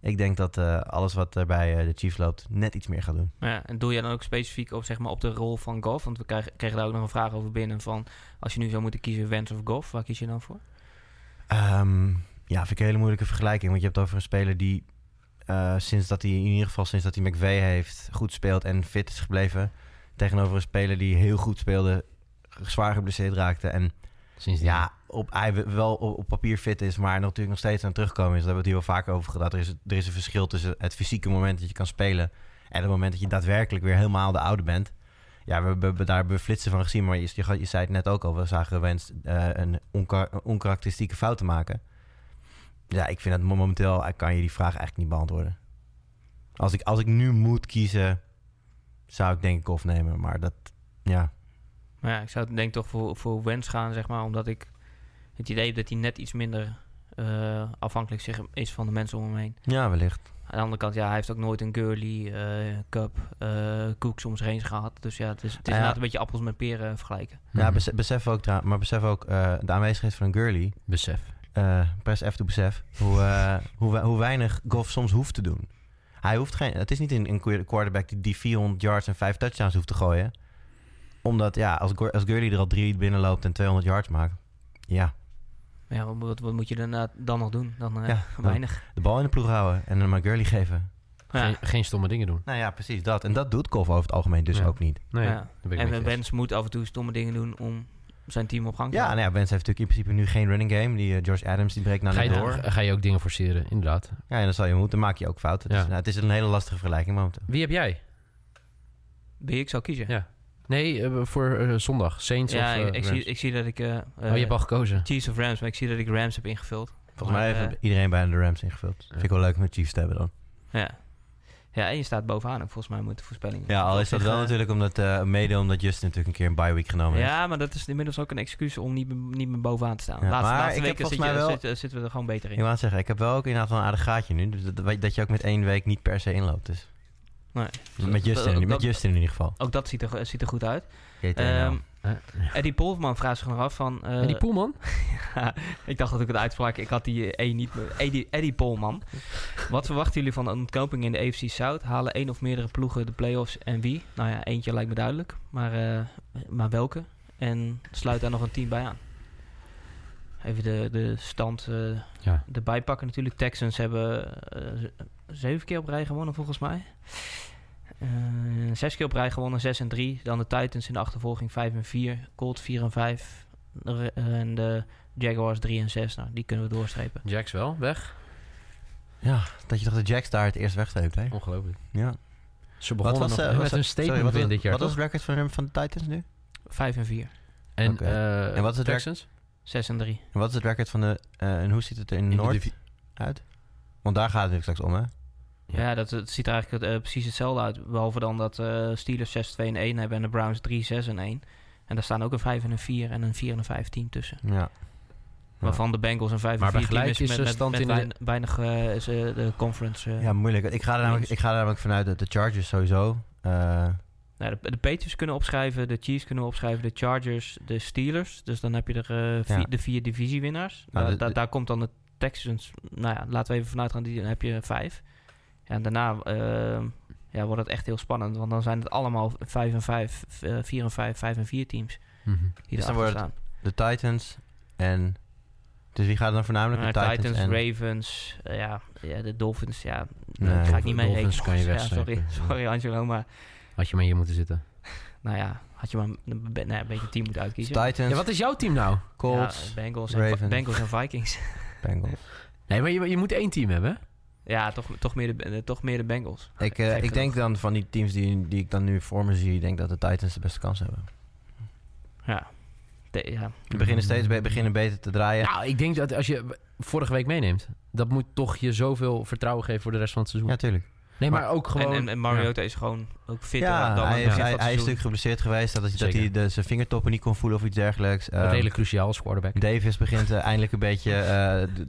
C: ik denk dat eh, alles wat er bij eh, de Chiefs loopt net iets meer gaat doen.
B: Ja, en doe je dan ook specifiek op, zeg maar, op de rol van Goff? Want we kregen, kregen daar ook nog een vraag over binnen van... als je nu zou moeten kiezen Wentz of Goff, waar kies je dan voor?
C: Ehm, ja, vind ik een hele moeilijke vergelijking. Want je hebt het over een speler die eh, sinds dat hij, in ieder geval sinds dat hij McVay heeft, goed speelt en fit is gebleven. Tegenover een speler die heel goed speelde, zwaar geblesseerd raakte. En
D: Sinds die-
C: ja, op, hij wel op, op papier fit is, maar natuurlijk nog steeds aan het terugkomen is. Daar hebben we het hier wel vaker over gehad. Er is, er is een verschil tussen het fysieke moment dat je kan spelen... en het moment dat je daadwerkelijk weer helemaal de oude bent. Ja, we hebben daar hebben we flitsen van gezien, maar je, je, je zei het net ook al. We zagen Wens eh, een onka- onkarakteristieke fout te maken. Ja, ik vind dat mo- momenteel... eh, kan je die vraag eigenlijk niet beantwoorden. Als ik, als ik nu moet kiezen, zou ik denk ik of nemen. Maar dat, ja...
B: Maar ja, ik zou denk ik toch voor, voor Wentz gaan, zeg maar... omdat ik het idee heb dat hij net iets minder eh, afhankelijk zich- is van de mensen om hem heen.
C: Ja, wellicht.
B: Aan de andere kant, ja, hij heeft ook nooit een Gurley, eh, Cup, eh Cook soms eens gehad. Dus ja, het is, het is
C: Ja.
B: inderdaad een beetje appels met peren vergelijken.
C: Ja,
D: Mhm.
C: bese- nou, besef ook, trouw- maar besef ook eh, de aanwezigheid van een girly.
D: Besef.
C: eh press F to besef hoe, eh, hoe, we- hoe weinig Goff soms hoeft te doen. Hij hoeft geen, het is niet een, een qu- quarterback die, die 400 yards en 5 touchdowns hoeft te gooien. Omdat ja, als, Gor- als Gurley er al drie binnenloopt en 200 yards maakt. Ja,
B: Maar Ja, wat, moet- wat moet je daarna dan nog doen? Dan eh,
C: Ja, dan-
B: weinig.
C: de bal in de ploeg houden en hem maar Gurley geven.
B: Ja.
D: Geen, geen stomme dingen doen.
C: Nou ja, precies dat. En dat doet Goff over het algemeen dus
D: Ja.
C: ook niet.
D: Nee,
B: Ja.
D: daar ben ik met
B: En
D: je eens.
B: Wens moet af en toe stomme dingen doen om zijn team op gang te
C: Ja, nou
B: houden.
C: ja, Wentz heeft natuurlijk in principe nu geen running game. Die eh, George Adams die breekt nou
D: ga,
C: net
D: je,
C: door.
D: ga je ook dingen forceren, inderdaad.
C: Ja, en dan zal je moeten, dan maak je ook fouten. Het,
D: Ja.
C: is, nou, het is een hele lastige vergelijking momenteel.
D: Wie heb jij?
B: Die ik zou kiezen.
D: Ja, Nee, eh, voor eh, zondag. Saints
B: Ja,
D: of eh,
B: ik, ik zie,
D: Rams?
B: ik zie dat ik... eh,
D: Oh, je hebt al gekozen.
B: Chiefs of Rams, maar ik zie dat ik Rams heb ingevuld.
C: Volgens mij
B: Maar,
C: heeft iedereen bijna de Rams ingevuld. Vind ik wel leuk om de Chiefs te hebben dan.
B: Ja. Ja, en je staat bovenaan ook volgens mij met de voorspellingen.
C: Ja, al is dat
B: zich,
C: wel
B: eh,
C: natuurlijk omdat, eh, mede omdat Justin natuurlijk een keer een bye week genomen heeft.
B: Ja, maar dat is inmiddels ook een excuus om niet, meer- niet meer bovenaan te staan.
C: Ja,
B: laatste
C: maar
B: laatste
C: ik heb
B: weken zit
C: volgens
B: je-
C: mij wel-
B: zit- eh, zitten we er gewoon beter in.
C: Ik wou het zeggen, ik heb wel ook inderdaad wel een aardig gaatje nu. Dus dat, dat je ook met één week niet per se inloopt. Dus.
B: Nee.
C: Met Justin,
B: Dat-
C: met
B: dat-
C: Justin in ieder geval.
B: Ook dat ziet er, eh, ziet er goed uit.
C: JTNL.
B: Ehm, Eddie Polman vraagt zich nog af van... eh,
D: en die Poelman?
B: ik dacht dat ik het uitsprak. Ik had die eh, E niet meer. Eddie, Eddie Polman. Wat verwachten jullie van de ontknoping in de AFC South? Halen één of meerdere ploegen de playoffs en wie? Nou ja, eentje lijkt me duidelijk. Maar, eh, maar welke? En sluit daar nog een team bij aan. Even de, de stand eh,
D: Ja.
B: erbij pakken natuurlijk. Texans hebben eh, z- zeven keer op rij gewonnen volgens mij. Eh, zes keer op rij gewonnen, 6 en 3. Dan de Titans in de achtervolging 5 en 4. Colts 4 en 5. Re- En de Jaguars 3 en 6. Nou, die kunnen we doorstrepen.
D: Jacks wel, weg.
C: ja, dat je toch de Jacks daar het eerst wegstreept, hè?
D: Ongelooflijk.
C: Ja.
D: Ze begonnen nog
C: eh,
D: met een
C: sorry,
D: statement
C: wat was-
D: win dit jaar,
C: Wat was
D: toch?
C: het record van, van de Titans nu?
B: 5 en 4.
D: En,
C: Oké.
D: eh,
C: En wat is het
D: Texans?
B: 6 en 3.
C: En wat is het record van de... eh, en hoe ziet het er in,
D: de
C: Noord
D: divi-
C: uit? Want daar gaat het natuurlijk straks om, hè?
D: Ja.
B: Ja, dat, dat ziet er eigenlijk eh, precies hetzelfde uit. Behalve dan dat eh Steelers 6, 2 en 1 hebben en de Browns 3, 6 en 1. En daar staan ook een 5 en een 4 en een 4 en een 5 team tussen.
C: Ja.
B: Waarvan de Bengals een 5
D: Maar
B: en 4
D: bij
B: team
D: gelijk
B: is met,
D: is de
B: met,
D: stand
B: met
D: in de-
B: wein- weinig eh, is, eh, de conference. eh.
C: Ja, moeilijk. Ik ga er namelijk,
B: Eens.
C: ik ga er namelijk vanuit dat de Chargers sowieso... eh,
B: Nou, de, de Patriots kunnen opschrijven, de Chiefs kunnen opschrijven, de Chargers, de Steelers. Dus dan heb je er eh, vier-
C: Ja.
B: de vier divisiewinnaars.
C: Nou,
B: Da-
C: de-
B: da-
C: de-
B: daar komt dan de Texans. Nou ja, laten we even vanuit gaan, die, dan heb je vijf. Ja, en daarna eh, ja, wordt het echt heel spannend. Want dan zijn het allemaal vijf en vijf, v- eh, vier en vijf, vijf en vier teams
D: Mhm.
B: die
C: Dus dan
B: daar
C: wordt
B: staan.
C: de Titans en... Dus wie gaat er dan voornamelijk?
B: Maar
C: de
B: Nou, Titans,
C: Titans, en...
B: Ravens, eh, ja, ja, de Dolphins, ja,
C: Nee.
B: daar ga ik niet mee
D: Dolphins
B: rekenen.
D: kan je
B: ja, sorry,
D: wegstrepen.
B: sorry Angelo, maar
D: Had je maar hier moeten zitten.
B: nou ja, had je maar een, een- nou, een beetje een team moeten uitkiezen.
C: Titans,
D: Ja, wat is jouw team nou?
C: Colts,
B: Ja, eh, Bengals, En,
C: Ravens.
B: Bengals en Vikings.
C: Bengals.
D: Nee, maar je, je moet één team hebben. hè?
B: ja, toch, toch, meer de, eh, toch meer de Bengals.
C: Ik, eh,
B: Gek
C: ik
B: genoeg.
C: denk dan van die teams die, die ik dan nu voor me zie, ik denk dat de Titans de beste kans hebben.
B: Ja. De- ja.
C: Die beginnen steeds be- beginnen beter te draaien.
D: Nou, ik denk dat als je vorige week meeneemt, dat moet toch je zoveel vertrouwen geven voor de rest van het seizoen.
C: Ja, tuurlijk.
D: nee, maar ook gewoon.
B: En, en, en Mariota is gewoon ook fitter
C: ja,
B: dan
C: hij,
B: aan het
C: is-
B: begin
C: hij,
B: van het
C: hij is
B: seizoen.
C: natuurlijk geblesseerd geweest. Dat, hij- dat
D: Zeker.
C: hij de, zijn vingertoppen niet kon voelen of iets dergelijks.
D: Ja,
C: Ehm,
D: redelijk cruciaal als quarterback.
C: Davis begint eh, eindelijk een beetje eh, d-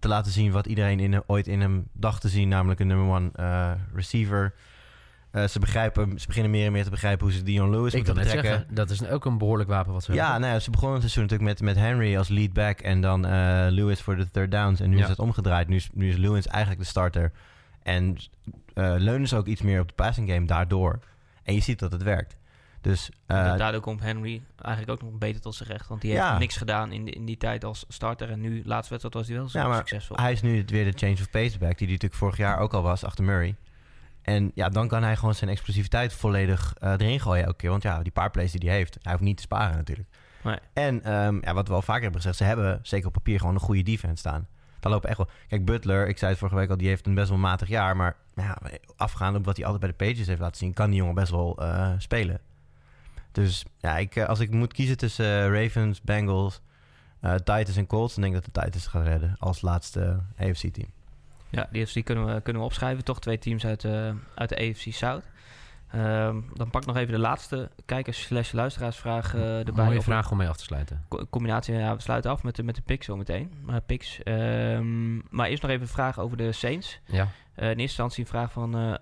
C: te laten zien wat iedereen in, hem- ooit in hem dacht te zien, namelijk een nummer one eh, receiver. Eh, ze, begrijpen, ze beginnen meer en meer te begrijpen hoe ze Dion Lewis
D: Ik wil
C: moeten
D: net
C: betrekken.
D: zeggen, dat is ook een behoorlijk wapen wat ze
C: Ja,
D: hebben.
C: nou ja, ze begonnen het seizoen natuurlijk met, met Henry als lead back en dan eh, Lewis voor de third downs. En nu
D: Ja.
C: is het omgedraaid. Nu is, nu is Lewis eigenlijk de starter. En eh, leunen ze ook iets meer op de passing game daardoor. En je ziet dat het werkt. Dus eh,
B: En daardoor komt Henry eigenlijk ook nog beter tot zijn recht. Want die heeft
C: Ja.
B: niks gedaan in, die- in die tijd als starter. En nu, laatste wedstrijd, was hij wel zo
C: Ja, maar
B: succesvol.
C: hij is nu weer de change of pace back, die hij natuurlijk vorig jaar ook al was, achter Murray. En ja, dan kan hij gewoon zijn explosiviteit volledig eh, erin gooien elke keer. Want ja, die paar plays die hij heeft, hij hoeft niet te sparen natuurlijk.
B: Nee.
C: En ehm, ja, wat we al vaker hebben gezegd, ze hebben zeker op papier gewoon een goede defense staan. Daar lopen echt wel... Kijk, Butler, ik zei het vorige week al, die heeft een best wel matig jaar. Maar ja, afgaand op wat hij altijd bij de Pages heeft laten zien, kan die jongen best wel eh, spelen. Dus ja, ik, eh, als ik moet kiezen tussen eh, Ravens, Bengals, eh, Titans en Colts, dan denk ik dat de Titans gaan redden als laatste AFC-team.
B: Ja, die, die kunnen, we, kunnen we opschrijven. Toch twee teams uit, eh, uit de AFC South. Ehm, dan pak ik nog even de laatste kijkers slash luisteraarsvraag eh erbij.
D: Mooie
B: Of-
D: vraag om mee af te sluiten.
B: co- combinatie. Ja, we sluiten af met de, met de picks zo meteen. Maar picks. Ehm, maar eerst nog even een vraag over de Saints.
D: Ja,
B: Eh, in eerste instantie een vraag van... eh,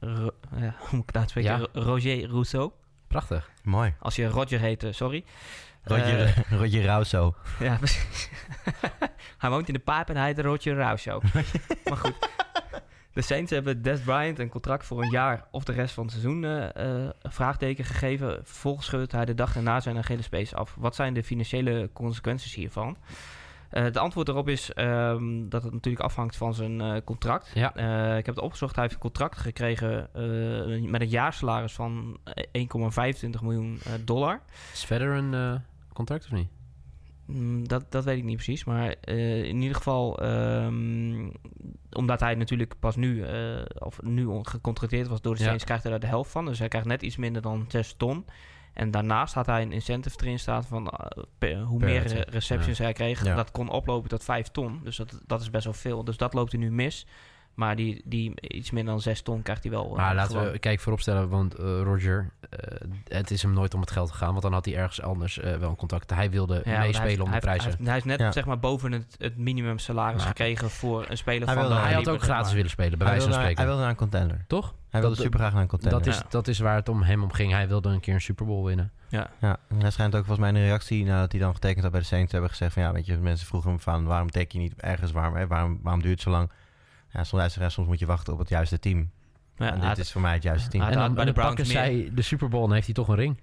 B: Ro- ja, hoe moet ik het uitspreken?
D: Ja.
B: Ro- Roger Rousseau.
D: prachtig.
C: Mooi.
B: Als je Roger heet, eh, sorry.
C: Roger,
B: Eh,
C: Roger Rauso.
B: ja, precies. hij woont in de pijp en hij heet Roger Rousseau. maar goed. De Saints hebben Des Bryant een contract voor een jaar of de rest van het seizoen eh, eh, een vraagteken gegeven. Vervolgens scheurt hij de dag daarna zijn gele space af. Wat zijn de financiële consequenties hiervan? Eh de antwoord daarop is ehm, dat het natuurlijk afhangt van zijn eh, contract.
D: Ja.
B: Eh, ik heb het opgezocht. Hij heeft een contract gekregen eh, met een jaarsalaris van eh, 1,25 miljoen eh, dollar.
D: Is verder een eh, contract of niet?
B: Mm, Dat, dat weet ik niet precies. Maar eh, in ieder geval, ehm, omdat hij natuurlijk pas nu, eh, of nu on- gecontracteerd was door de
D: Ja.
B: Saints, krijgt hij daar de helft van. Dus hij krijgt net iets minder dan 6 ton. En daarnaast had hij een incentive erin staan van eh, per- hoe
C: Per
B: meer
C: wedstrijd,
B: eh, receptions hij kreeg,
C: Ja.
B: dat kon oplopen tot 5 ton. Dus dat, dat is best wel veel. Dus dat loopt hij nu mis. Maar die, die iets minder dan 6 ton krijgt hij wel. eh,
D: Maar laten
B: gewoon.
D: we kijk vooropstellen, want eh, Roger, eh, het is hem nooit om het geld gegaan, want dan had hij ergens anders eh, wel een contact. Hij wilde
B: Ja, want hij heeft-
D: meespelen om de
B: hij heeft-
D: prijzen.
B: Hij, heeft- hij is net
C: Ja.
B: zeg maar boven het, het minimum salaris
D: Maar-
B: gekregen voor een speler
C: Hij
B: van
C: wilde-
B: de
D: Hij had
B: Liberty.
D: ook gratis willen spelen, bij
C: Hij
D: wijze van
C: wilde, naar, hij
D: spreken.
C: wilde naar een contender.
D: Toch?
C: Hij wilde
D: dat-
C: super graag naar een contender.
D: Dat is,
B: Ja.
D: dat is waar het om hem om ging. Hij wilde een keer een Super Bowl winnen.
C: Ja, en hij schijnt ook volgens mij in een reactie nadat hij dan getekend had bij de Saints te hebben gezegd van ja, weet je, mensen vroegen hem van waarom teken je niet ergens, waarom, hè, waarom, waarom duurt het zo lang? Ja, soms, hij zegt, soms moet je wachten op het juiste team.
B: Ja, nou,
C: en
B: hij
C: dit
B: had-
C: is voor mij het juiste team.
B: hij had-
D: en dan,
B: bij de
D: dan
B: Browns
D: pakken
B: meer.
D: zij de Super Bowl en heeft hij toch een ring.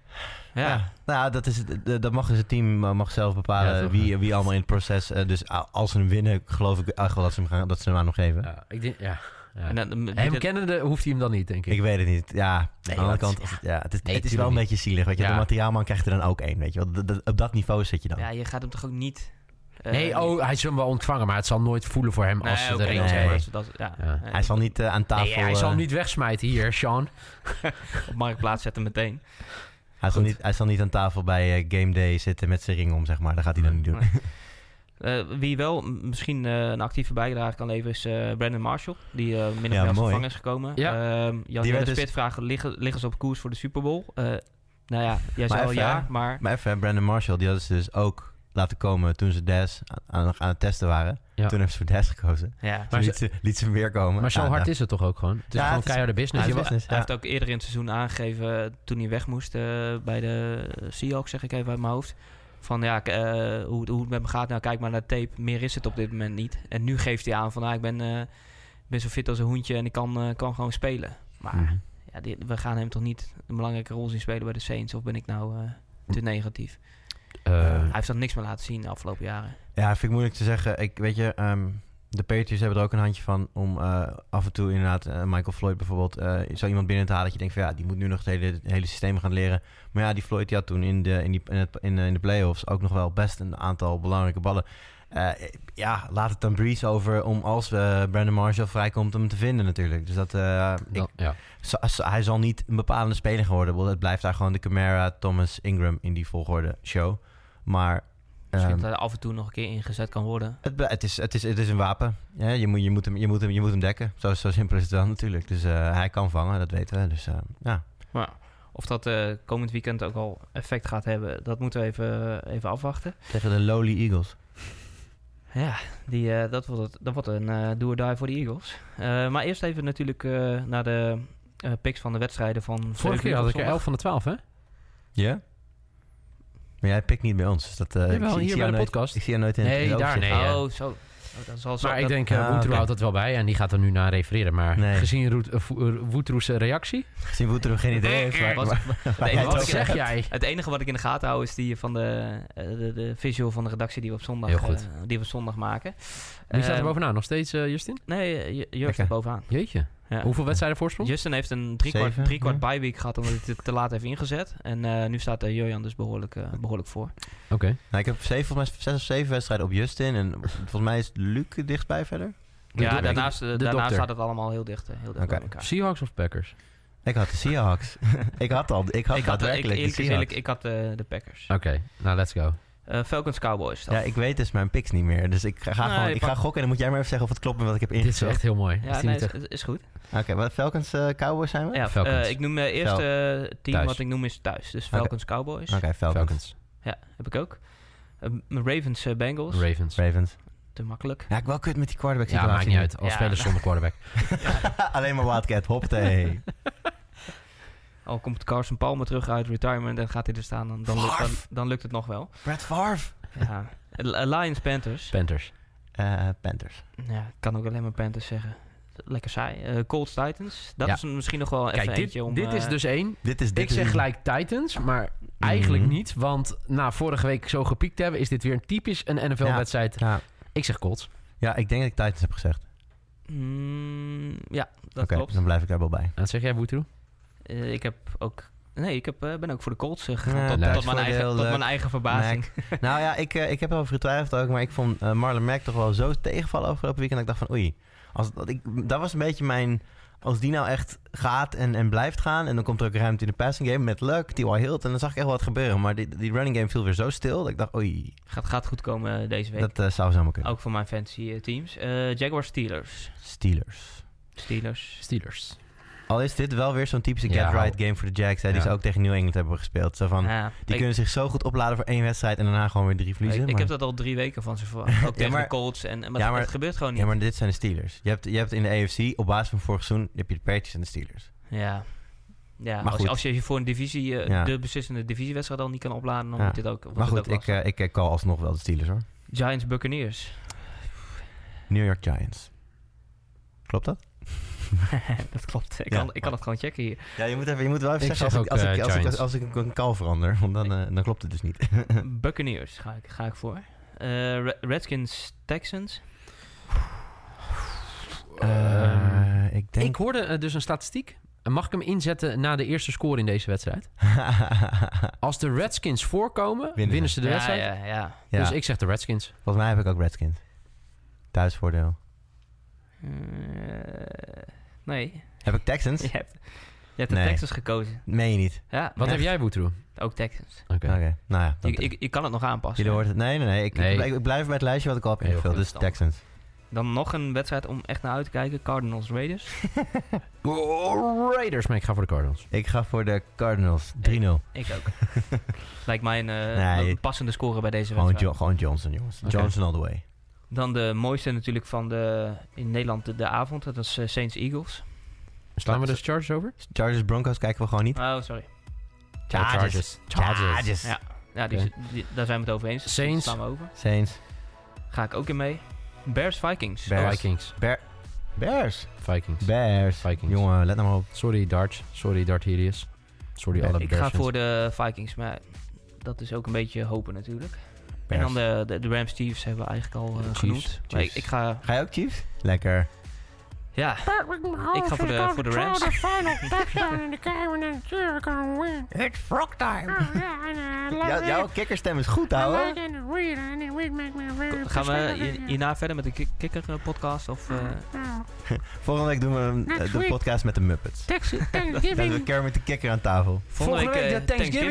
B: ja.
C: Nou, ja, dat, is, het- de- dat mag dus het team eh, mag zelf bepalen
D: Ja, toch,
C: wie, wie allemaal in het proces. eh, dus a- als ze hem winnen, geloof ik echt wel dat ze hem, gaan, dat ze hem aan nog geven.
D: Ja, ik denk, ja. ja.
B: En dan, dan-
D: hem
B: dit-
D: kennende hoeft hij hem dan niet, denk ik.
C: Ik weet het niet. Ja,
D: Nee,
C: aan de andere
D: dat-
C: kant, als het- ja, het is,
D: Nee,
C: het is wel
D: tuurlijk
C: een beetje zielig. Weet je,
D: Ja.
C: de materiaalman krijgt er dan ook één. Weet je, wel. Dat- dat- op dat niveau zit je dan.
B: ja, je gaat hem toch ook niet... eh,
D: nee, oh, hij zal hem wel ontvangen, maar het zal nooit voelen voor hem
B: nee,
D: als ze
B: oké,
D: de ring
B: nee,
D: hebben.
B: dat- dat- ja,
D: Ja.
B: eh,
C: Hij zal niet eh, aan tafel.
D: Nee, hij zal
C: eh,
D: hem niet wegsmijten hier, Sean.
B: Op marktplaats zetten meteen.
C: Hij zal,
B: Goed.
C: niet, hij zal niet aan tafel bij eh, Game Day zitten met zijn ring om, zeg maar. Dat gaat hij dan niet doen.
B: Eh, wie wel m- misschien eh, een actieve bijdrage kan leveren is eh, Brandon Marshall. Die eh min of
C: Ja,
B: meer als
C: mooi.
B: vervanger is gekomen.
D: Ja.
B: Ehm, Jan
C: Die
B: Jan
C: werd
B: de
C: dus-
B: Spit vraagt, liggen, liggen ze op koers voor de Super Bowl? Eh, nou ja, jij zei al
C: even,
B: ja,
C: hè?
B: maar...
C: Maar even, hè, Brandon Marshall, die hadden ze dus ook laten komen toen ze Des aan- aan, aan het testen waren.
D: Ja.
C: Toen hebben ze voor Des gekozen.
B: Ja.
D: Maar
C: Maar
D: ze-
C: liet, ze, liet ze hem weer komen.
D: Maar zo
C: Ja,
D: hard
C: nou,
D: is het toch ook gewoon? Het is
C: Ja,
D: gewoon
C: het is-
D: keiharde business.
C: hij is
D: Je-
C: business,
B: Hij
C: ja.
B: heeft ook eerder in het seizoen aangegeven, eh, toen hij weg moest eh, bij de Seahawks, zeg ik even uit mijn hoofd. Van ja, k- eh, hoe, het- hoe het met me gaat, nou kijk maar naar de tape. Meer is het op dit moment niet. En nu geeft hij aan van, ah, ik ben, eh, ik ben zo fit als een hoentje en ik kan, eh, kan gewoon spelen. Maar
D: Mhm.
B: ja, dit- we gaan hem toch niet een belangrijke rol zien spelen bij de Saints? Of ben ik nou eh, te negatief?
D: Eh,
B: Hij heeft dat niks meer laten zien de afgelopen jaren.
C: Ja, vind ik moeilijk te zeggen. Ik, weet je, ehm, de Patriots hebben er ook een handje van om eh, af en toe inderdaad, eh, Michael Floyd bijvoorbeeld, eh, zo iemand binnen te halen dat je denkt van ja, die moet nu nog het hele, het hele systeem gaan leren. Maar ja, die Floyd die had toen in de, in die, in het, in, eh, in de playoffs ook nog wel best een aantal belangrijke ballen. Eh, ja, laat het dan Breeze over om als eh, Brandon Marshall vrijkomt om hem te vinden natuurlijk. Dus dat, eh, ik,
D: dan- ja.
C: zo- zo- hij zal niet een bepalende speler geworden. worden. Het blijft daar gewoon de Camara, Thomas, Ingram in die volgorde show. Maar
B: Misschien
C: ehm,
B: Dus dat hij af en toe nog een keer ingezet kan worden.
C: het, bl- het, is, het, is, het is een wapen. Ja, je, moet, je, moet hem, je, moet hem, je moet hem dekken. Zo, zo simpel is het wel natuurlijk. Dus eh, hij kan vangen, dat weten we. Dus eh, ja.
B: Maar of dat eh, komend weekend ook al effect gaat hebben, dat moeten we even, eh, even afwachten.
C: Tegen de lowly Eagles.
B: Ja, die, eh, dat, wordt het, dat wordt een eh do or die voor de Eagles. Eh, maar eerst even natuurlijk eh, naar de eh, picks van de wedstrijden van...
D: Vorige keer had ik er 11 van de 12, hè?
C: Ja? Maar jij pikt niet bij ons. Dus dat, eh,
D: Jawel,
C: ik zie- ik
D: hier
C: zie
D: bij
C: jou
D: de
C: nooit-
D: podcast.
C: Ik zie jou nooit in
D: Nee,
C: het
D: daar,
C: overzicht.
D: nee. Ja.
B: Oh, zo. Oh, dat zal, zo
D: Maar ik
B: dat-
D: denk, eh
C: Ah,
D: Woetroe
C: oké.
D: houdt dat wel bij en die gaat er nu naar refereren. Maar
C: Nee.
D: gezien Roet- eh, Vo- eh, Woetroe's reactie,
C: Misschien Woeter nog geen idee heeft. waar-
B: Was-
C: waar- waar jij
B: wat
D: wat
C: het
B: ik-
C: over-
D: zeg jij?
B: Het enige wat ik in de gaten hou is die van de, eh, de, de visual van de redactie die we op zondag,
D: Heel goed.
B: eh, die we op zondag maken.
D: Wie staat er
B: Ehm,
D: bovenaan? Nog steeds eh, Justin?
B: Nee, eh, Ju- Jurgen
C: Lekker.
B: staat bovenaan.
D: Jeetje.
B: Ja.
D: Hoeveel wedstrijden voorsprong?
B: Justin heeft een driekwart
C: Zeven,
B: drie kwart
C: ja.
B: bye week gehad omdat hij het te laat heeft ingezet. En eh, nu staat eh, Jurjan dus behoorlijk, eh, behoorlijk voor.
D: Oké.
C: Nou, ik heb zeven, volgens mij zes of zeven wedstrijden op Justin. En volgens mij is Luc er dichtbij verder.
B: ja,
C: dokter.
B: daarnaast, eh,
D: De
B: daarnaast
D: dokter.
B: staat het allemaal heel dicht, eh, heel dicht
C: Oké.
B: bij elkaar.
D: Seahawks of Packers?
C: Ik had de Seahawks. ik had al. Ik had,
B: Ik had, eh, ik,
C: daadwerkelijk
B: eerlijk
C: de
B: is
C: Seahawks.
B: eerlijk, ik had eh, de Packers.
D: Oké, nou let's go.
B: Eh, Falcons Cowboys. dan.
C: ja, ik weet dus mijn picks niet meer. Dus ik ga,
B: Nee,
C: gewoon, ik
B: pak-
C: ga gokken en dan moet jij maar even zeggen of het klopt met wat ik heb
D: Dit is
C: ingezet.
D: echt heel mooi.
B: Ja,
D: Is die
B: nee,
D: niet
B: is,
D: echt-
B: is goed.
C: Oké, wat Falcons eh, Cowboys zijn we?
B: Ja,
D: Falcons.
B: eh, ik noem mijn
C: Vel-
B: eerste eh, team
D: Thuis.
B: wat ik noem is thuis. Dus
C: Oké.
B: Falcons Cowboys.
C: Oké, Falcons.
D: Falcons,
B: Ja, heb ik ook. Eh, m- Ravens eh, Bengals.
D: Ravens.
C: Ravens.
B: Te makkelijk.
C: Ja, ik wel kut met die quarterback
D: Ja,
C: situatie.
D: maakt niet uit. Al
B: Ja.
D: spelen ze zonder quarterback.
C: Alleen maar Wildcat, hopte.
B: Al komt Carson Palmer terug uit retirement en gaat hij er staan, dan, dan, lukt, dan, dan lukt het nog wel.
C: Brad Favre.
B: Ja. Eh, Lions Panthers.
D: Panthers.
C: Eh, Panthers.
B: Ja, ik kan ook alleen maar Panthers zeggen. Lekker saai. Eh, Colts Titans. Dat
D: Ja.
B: is misschien nog wel even
D: Kijk, dit,
B: eentje om...
D: dit is
B: eh,
D: dus één.
C: Dit is dit
D: Ik
C: is
D: zeg
C: een-
D: gelijk Titans, maar eigenlijk
C: Mhm.
D: niet. Want na vorige week zo gepiekt te hebben, is dit weer een typisch een NFL-wedstrijd.
C: Ja,
D: Ik zeg Colts.
C: ja, ik denk dat ik Titans heb gezegd.
B: mm, ja, dat
C: Oké,
B: klopt.
C: dan blijf ik daar wel bij.
D: En zeg jij Woetroe?
B: Eh, ik heb ook... Nee, ik heb, eh, ben ook voor de Colts eh, gegaan.
C: Ja,
B: tot,
D: leuk.
B: tot, mijn eigen,
C: Voordeel,
B: tot
C: leuk.
B: mijn eigen verbazing.
C: nou ja, ik, eh, ik heb erover getwijfeld ook, maar ik vond eh, Marlon Mack toch wel zo tegenvallen afgelopen weekend. Dat ik dacht van oei, als, dat, ik, dat was een beetje mijn... Als die nou echt gaat en, en blijft gaan... en dan komt er ook ruimte in de passing game met Luck, T.Y. Hilt... en dan zag ik echt wel wat gebeuren. Maar die, die running game viel weer zo stil dat ik dacht... oei,
B: Gaat, gaat goed komen eh, deze week.
C: dat eh, zou zomaar kunnen.
B: Ook voor mijn fantasy eh, teams. Eh Jaguar Steelers.
C: Steelers.
B: Steelers.
D: Steelers.
C: Al is dit wel weer zo'n typische get
D: Ja.
C: right game voor de Jags... Hè, die
D: Ja.
C: ze ook tegen New England hebben gespeeld. Zo van,
B: Ja,
C: die
B: ik-
C: kunnen zich zo goed opladen voor één wedstrijd... en daarna gewoon weer drie verliezen.
B: Ik, ik
C: maar-
B: heb dat al drie weken van ze verwacht. Ook tegen
C: maar-
B: de Colts. En, maar,
C: Ja,
B: het-
C: maar-
B: het gebeurt gewoon niet.
C: Ja,
B: Ja,
C: maar dit zijn de Steelers. Je hebt, je hebt in de AFC, op basis van vorig seizoen, heb je de Patriots en de Steelers.
B: ja.
C: Maar
B: als,
C: goed.
B: je, als je je voor een divisie, eh,
C: Ja.
B: de beslissende divisiewedstrijd al niet kan opladen, dan
C: Ja.
B: moet dit ook. wordt
C: Maar
B: het
C: goed,
B: ook
C: ik,
B: lastig.
C: eh, ik eh, call alsnog wel de Steelers hoor.
B: Giants Buccaneers.
C: New York Giants. Klopt dat?
B: dat klopt. Ik,
C: Ja.
B: kan, ik kan het gewoon checken hier.
C: Ja, je moet, even, je moet wel even
D: Ik
C: zeggen als,
D: zeg
C: ik,
D: ook,
C: als, ik,
D: eh,
C: als, ik, als,
D: Giants.
C: ik een call verander, want dan, eh, dan klopt het dus niet.
B: Buccaneers ga ik, ga ik voor. Eh, Re- Redskins Texans.
D: Ehm,
C: Eh, ik
D: Ik hoorde eh, dus een statistiek. En Mag ik hem inzetten na de eerste score in deze wedstrijd? Als de Redskins voorkomen,
C: Winnen
D: winnen,
C: ze.
D: ze de
B: ja,
D: wedstrijd.
B: ja, ja.
C: ja,
D: Dus ik zeg de Redskins.
C: Volgens mij heb ik ook Redskins. Thuisvoordeel.
B: Eh, nee.
C: Heb ik Texans?
B: Je hebt, je hebt de
C: Nee.
B: Texans gekozen.
C: Meen je niet?
B: Ja,
D: Wat
B: maar
D: heb jij, Woetroe?
B: ook Texans.
D: Oké.
C: Oké, nou ja. dan-
B: Ik, ik, ik kan het nog aanpassen.
C: Jullie hoort het. Nee, nee, nee. Ik,
D: Nee.
C: Ik, blijf- ik blijf bij het lijstje wat ik al heb
D: Heel
C: ingevuld.
B: goed.
C: Dus Texans.
B: Dan nog een wedstrijd om echt naar uit te kijken. Cardinals Raiders.
D: Oh, Raiders, maar ik ga voor de Cardinals.
C: Ik ga voor de Cardinals. 3-0.
B: Ik ook. Lijkt mij een, eh,
C: Nee.
B: een passende score bij deze
C: Gewoon,
B: wedstrijd.
C: Jo- gewoon Johnson, jongens.
D: Oké.
C: Johnson all the way.
B: Dan de mooiste natuurlijk van de, in Nederland de, de avond. Dat is eh, Saints Eagles.
D: Slaan we de Chargers over?
C: Chargers Broncos kijken we gewoon niet.
B: Oh, sorry.
D: Chargers. Chargers.
C: Chargers.
B: Ja. Ja, die, die- daar zijn we het over eens. Die
D: Saints.
B: Slaan we over.
C: Saints.
B: Ga ik ook in mee. Bears Vikings. Oh,
C: Bears.
D: Vikings.
C: Bear- Bears.
D: Vikings.
C: Bears.
D: Vikings.
C: Jongen, let nou maar op.
D: Sorry, Dart. Sorry, Dart Helius. Sorry, alle
B: ik
D: Bears
B: ga
D: fans.
B: voor de Vikings, maar dat is ook een beetje hopen natuurlijk. En
C: Bears.
B: dan de, de, de Rams Chiefs hebben we eigenlijk al eh,
D: Chiefs,
B: genoemd. Maar ik,
D: Chiefs.
B: ik ga...
C: Ga je ook Chiefs? Lekker.
B: Ja, ik ga voor de, voor de Rams.
C: It's frog time.
F: Ja,
C: jouw kikkerstem is goed, ouwe.
B: Gaan we hier- hierna verder met de ki- kikker eh, podcast of eh,
C: Volgende week doen we een-
F: Next
C: eh, de
F: week.
C: podcast met de Muppets. Dan hebben we Kermit de Kikker aan tafel.
B: volgende week, eh,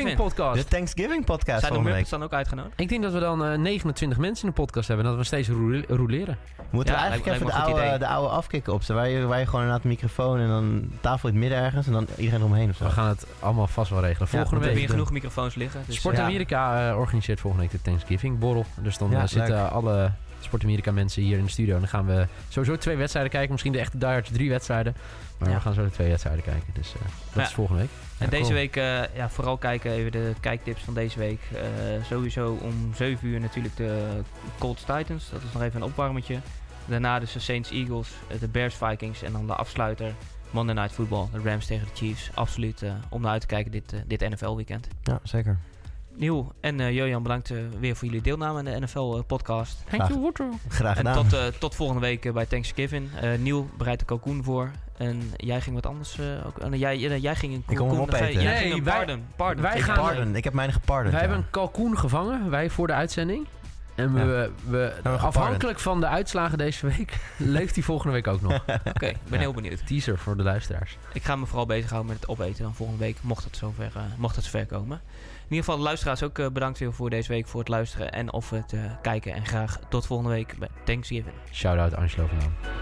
C: De
D: podcast.
C: Thanksgiving
B: Zijn
C: podcast
B: de
C: volgende
B: Muppets
C: week.
B: dan ook uitgenodigd?
D: Ik denk dat we dan eh, 29 mensen in de podcast hebben. En dat we steeds roele- roleren.
C: Moeten we
B: Ja,
C: eigenlijk
B: lijkt me-
C: even de
B: lijkt me een goed
C: oude,
B: idee.
C: de oude afkikken op. Waar je, waar je gewoon inderdaad een microfoon en dan een tafel in het midden ergens. En dan iedereen omheen of zo.
D: We gaan het allemaal vast wel regelen.
C: Ja,
B: We
D: Volgende
C: want
B: hebben
D: week.
B: hier
C: doen.
B: genoeg microfoons liggen. Dus,
D: Sport
B: eh,
C: Ja.
D: Amerika eh, organiseert volgende week de Thanksgiving borrel. Dus dan
C: Ja,
D: eh, zitten alle Sport America mensen hier in de studio. En dan gaan we sowieso twee wedstrijden kijken. Misschien de echte diehards drie wedstrijden. Maar
B: Ja.
D: we gaan zo de twee wedstrijden kijken. Dus eh, dat
B: Ja.
D: is volgende week.
B: En
D: Ja,
B: deze
D: cool.
B: week, eh, ja, vooral kijken even de kijktips van deze week. Eh, sowieso om 7 uur natuurlijk de Colts Titans. Dat is nog even een opwarmetje. Daarna dus de Saints Eagles, eh, de Bears Vikings en dan de afsluiter Monday Night Football. De Rams tegen de Chiefs. Absoluut eh, om naar uit te kijken dit, eh, dit NFL weekend.
C: Ja, zeker.
B: Nieuw en eh Jojan, bedankt eh, weer voor jullie deelname aan de NFL eh, podcast.
C: Thank you,
B: En
C: Graag gedaan.
B: tot, eh, tot volgende week eh, bij Thanksgiving. Eh Nieuw bereidt de kalkoen voor. En jij ging wat anders eh, ook. en jij, jij- jij ging een
C: hem
B: kalkoen.
C: opeten.
B: jij- jij
D: Nee,
B: ging een
D: wij-
B: pardon. pardon.
D: wij
B: Ik-
D: gaan-
C: Pardon, ik heb mijn gepardon.
D: Wij
C: ja.
D: hebben een kalkoen gevangen, wij voor de uitzending. En we,
C: Ja.
D: we,
C: gepardoned.
D: afhankelijk van de uitslagen deze week, leeft hij volgende week ook nog.
B: Oké, ik ben heel benieuwd.
D: Teaser voor de luisteraars.
B: Ik ga me vooral bezighouden met het opeten dan volgende week, mocht het zover, eh, mocht het zover komen. In ieder geval de luisteraars ook eh, bedankt weer voor deze week, voor het luisteren en of het eh, kijken. En graag tot volgende week bij Thanksgiving.
D: Shout-out Angelo van Dam.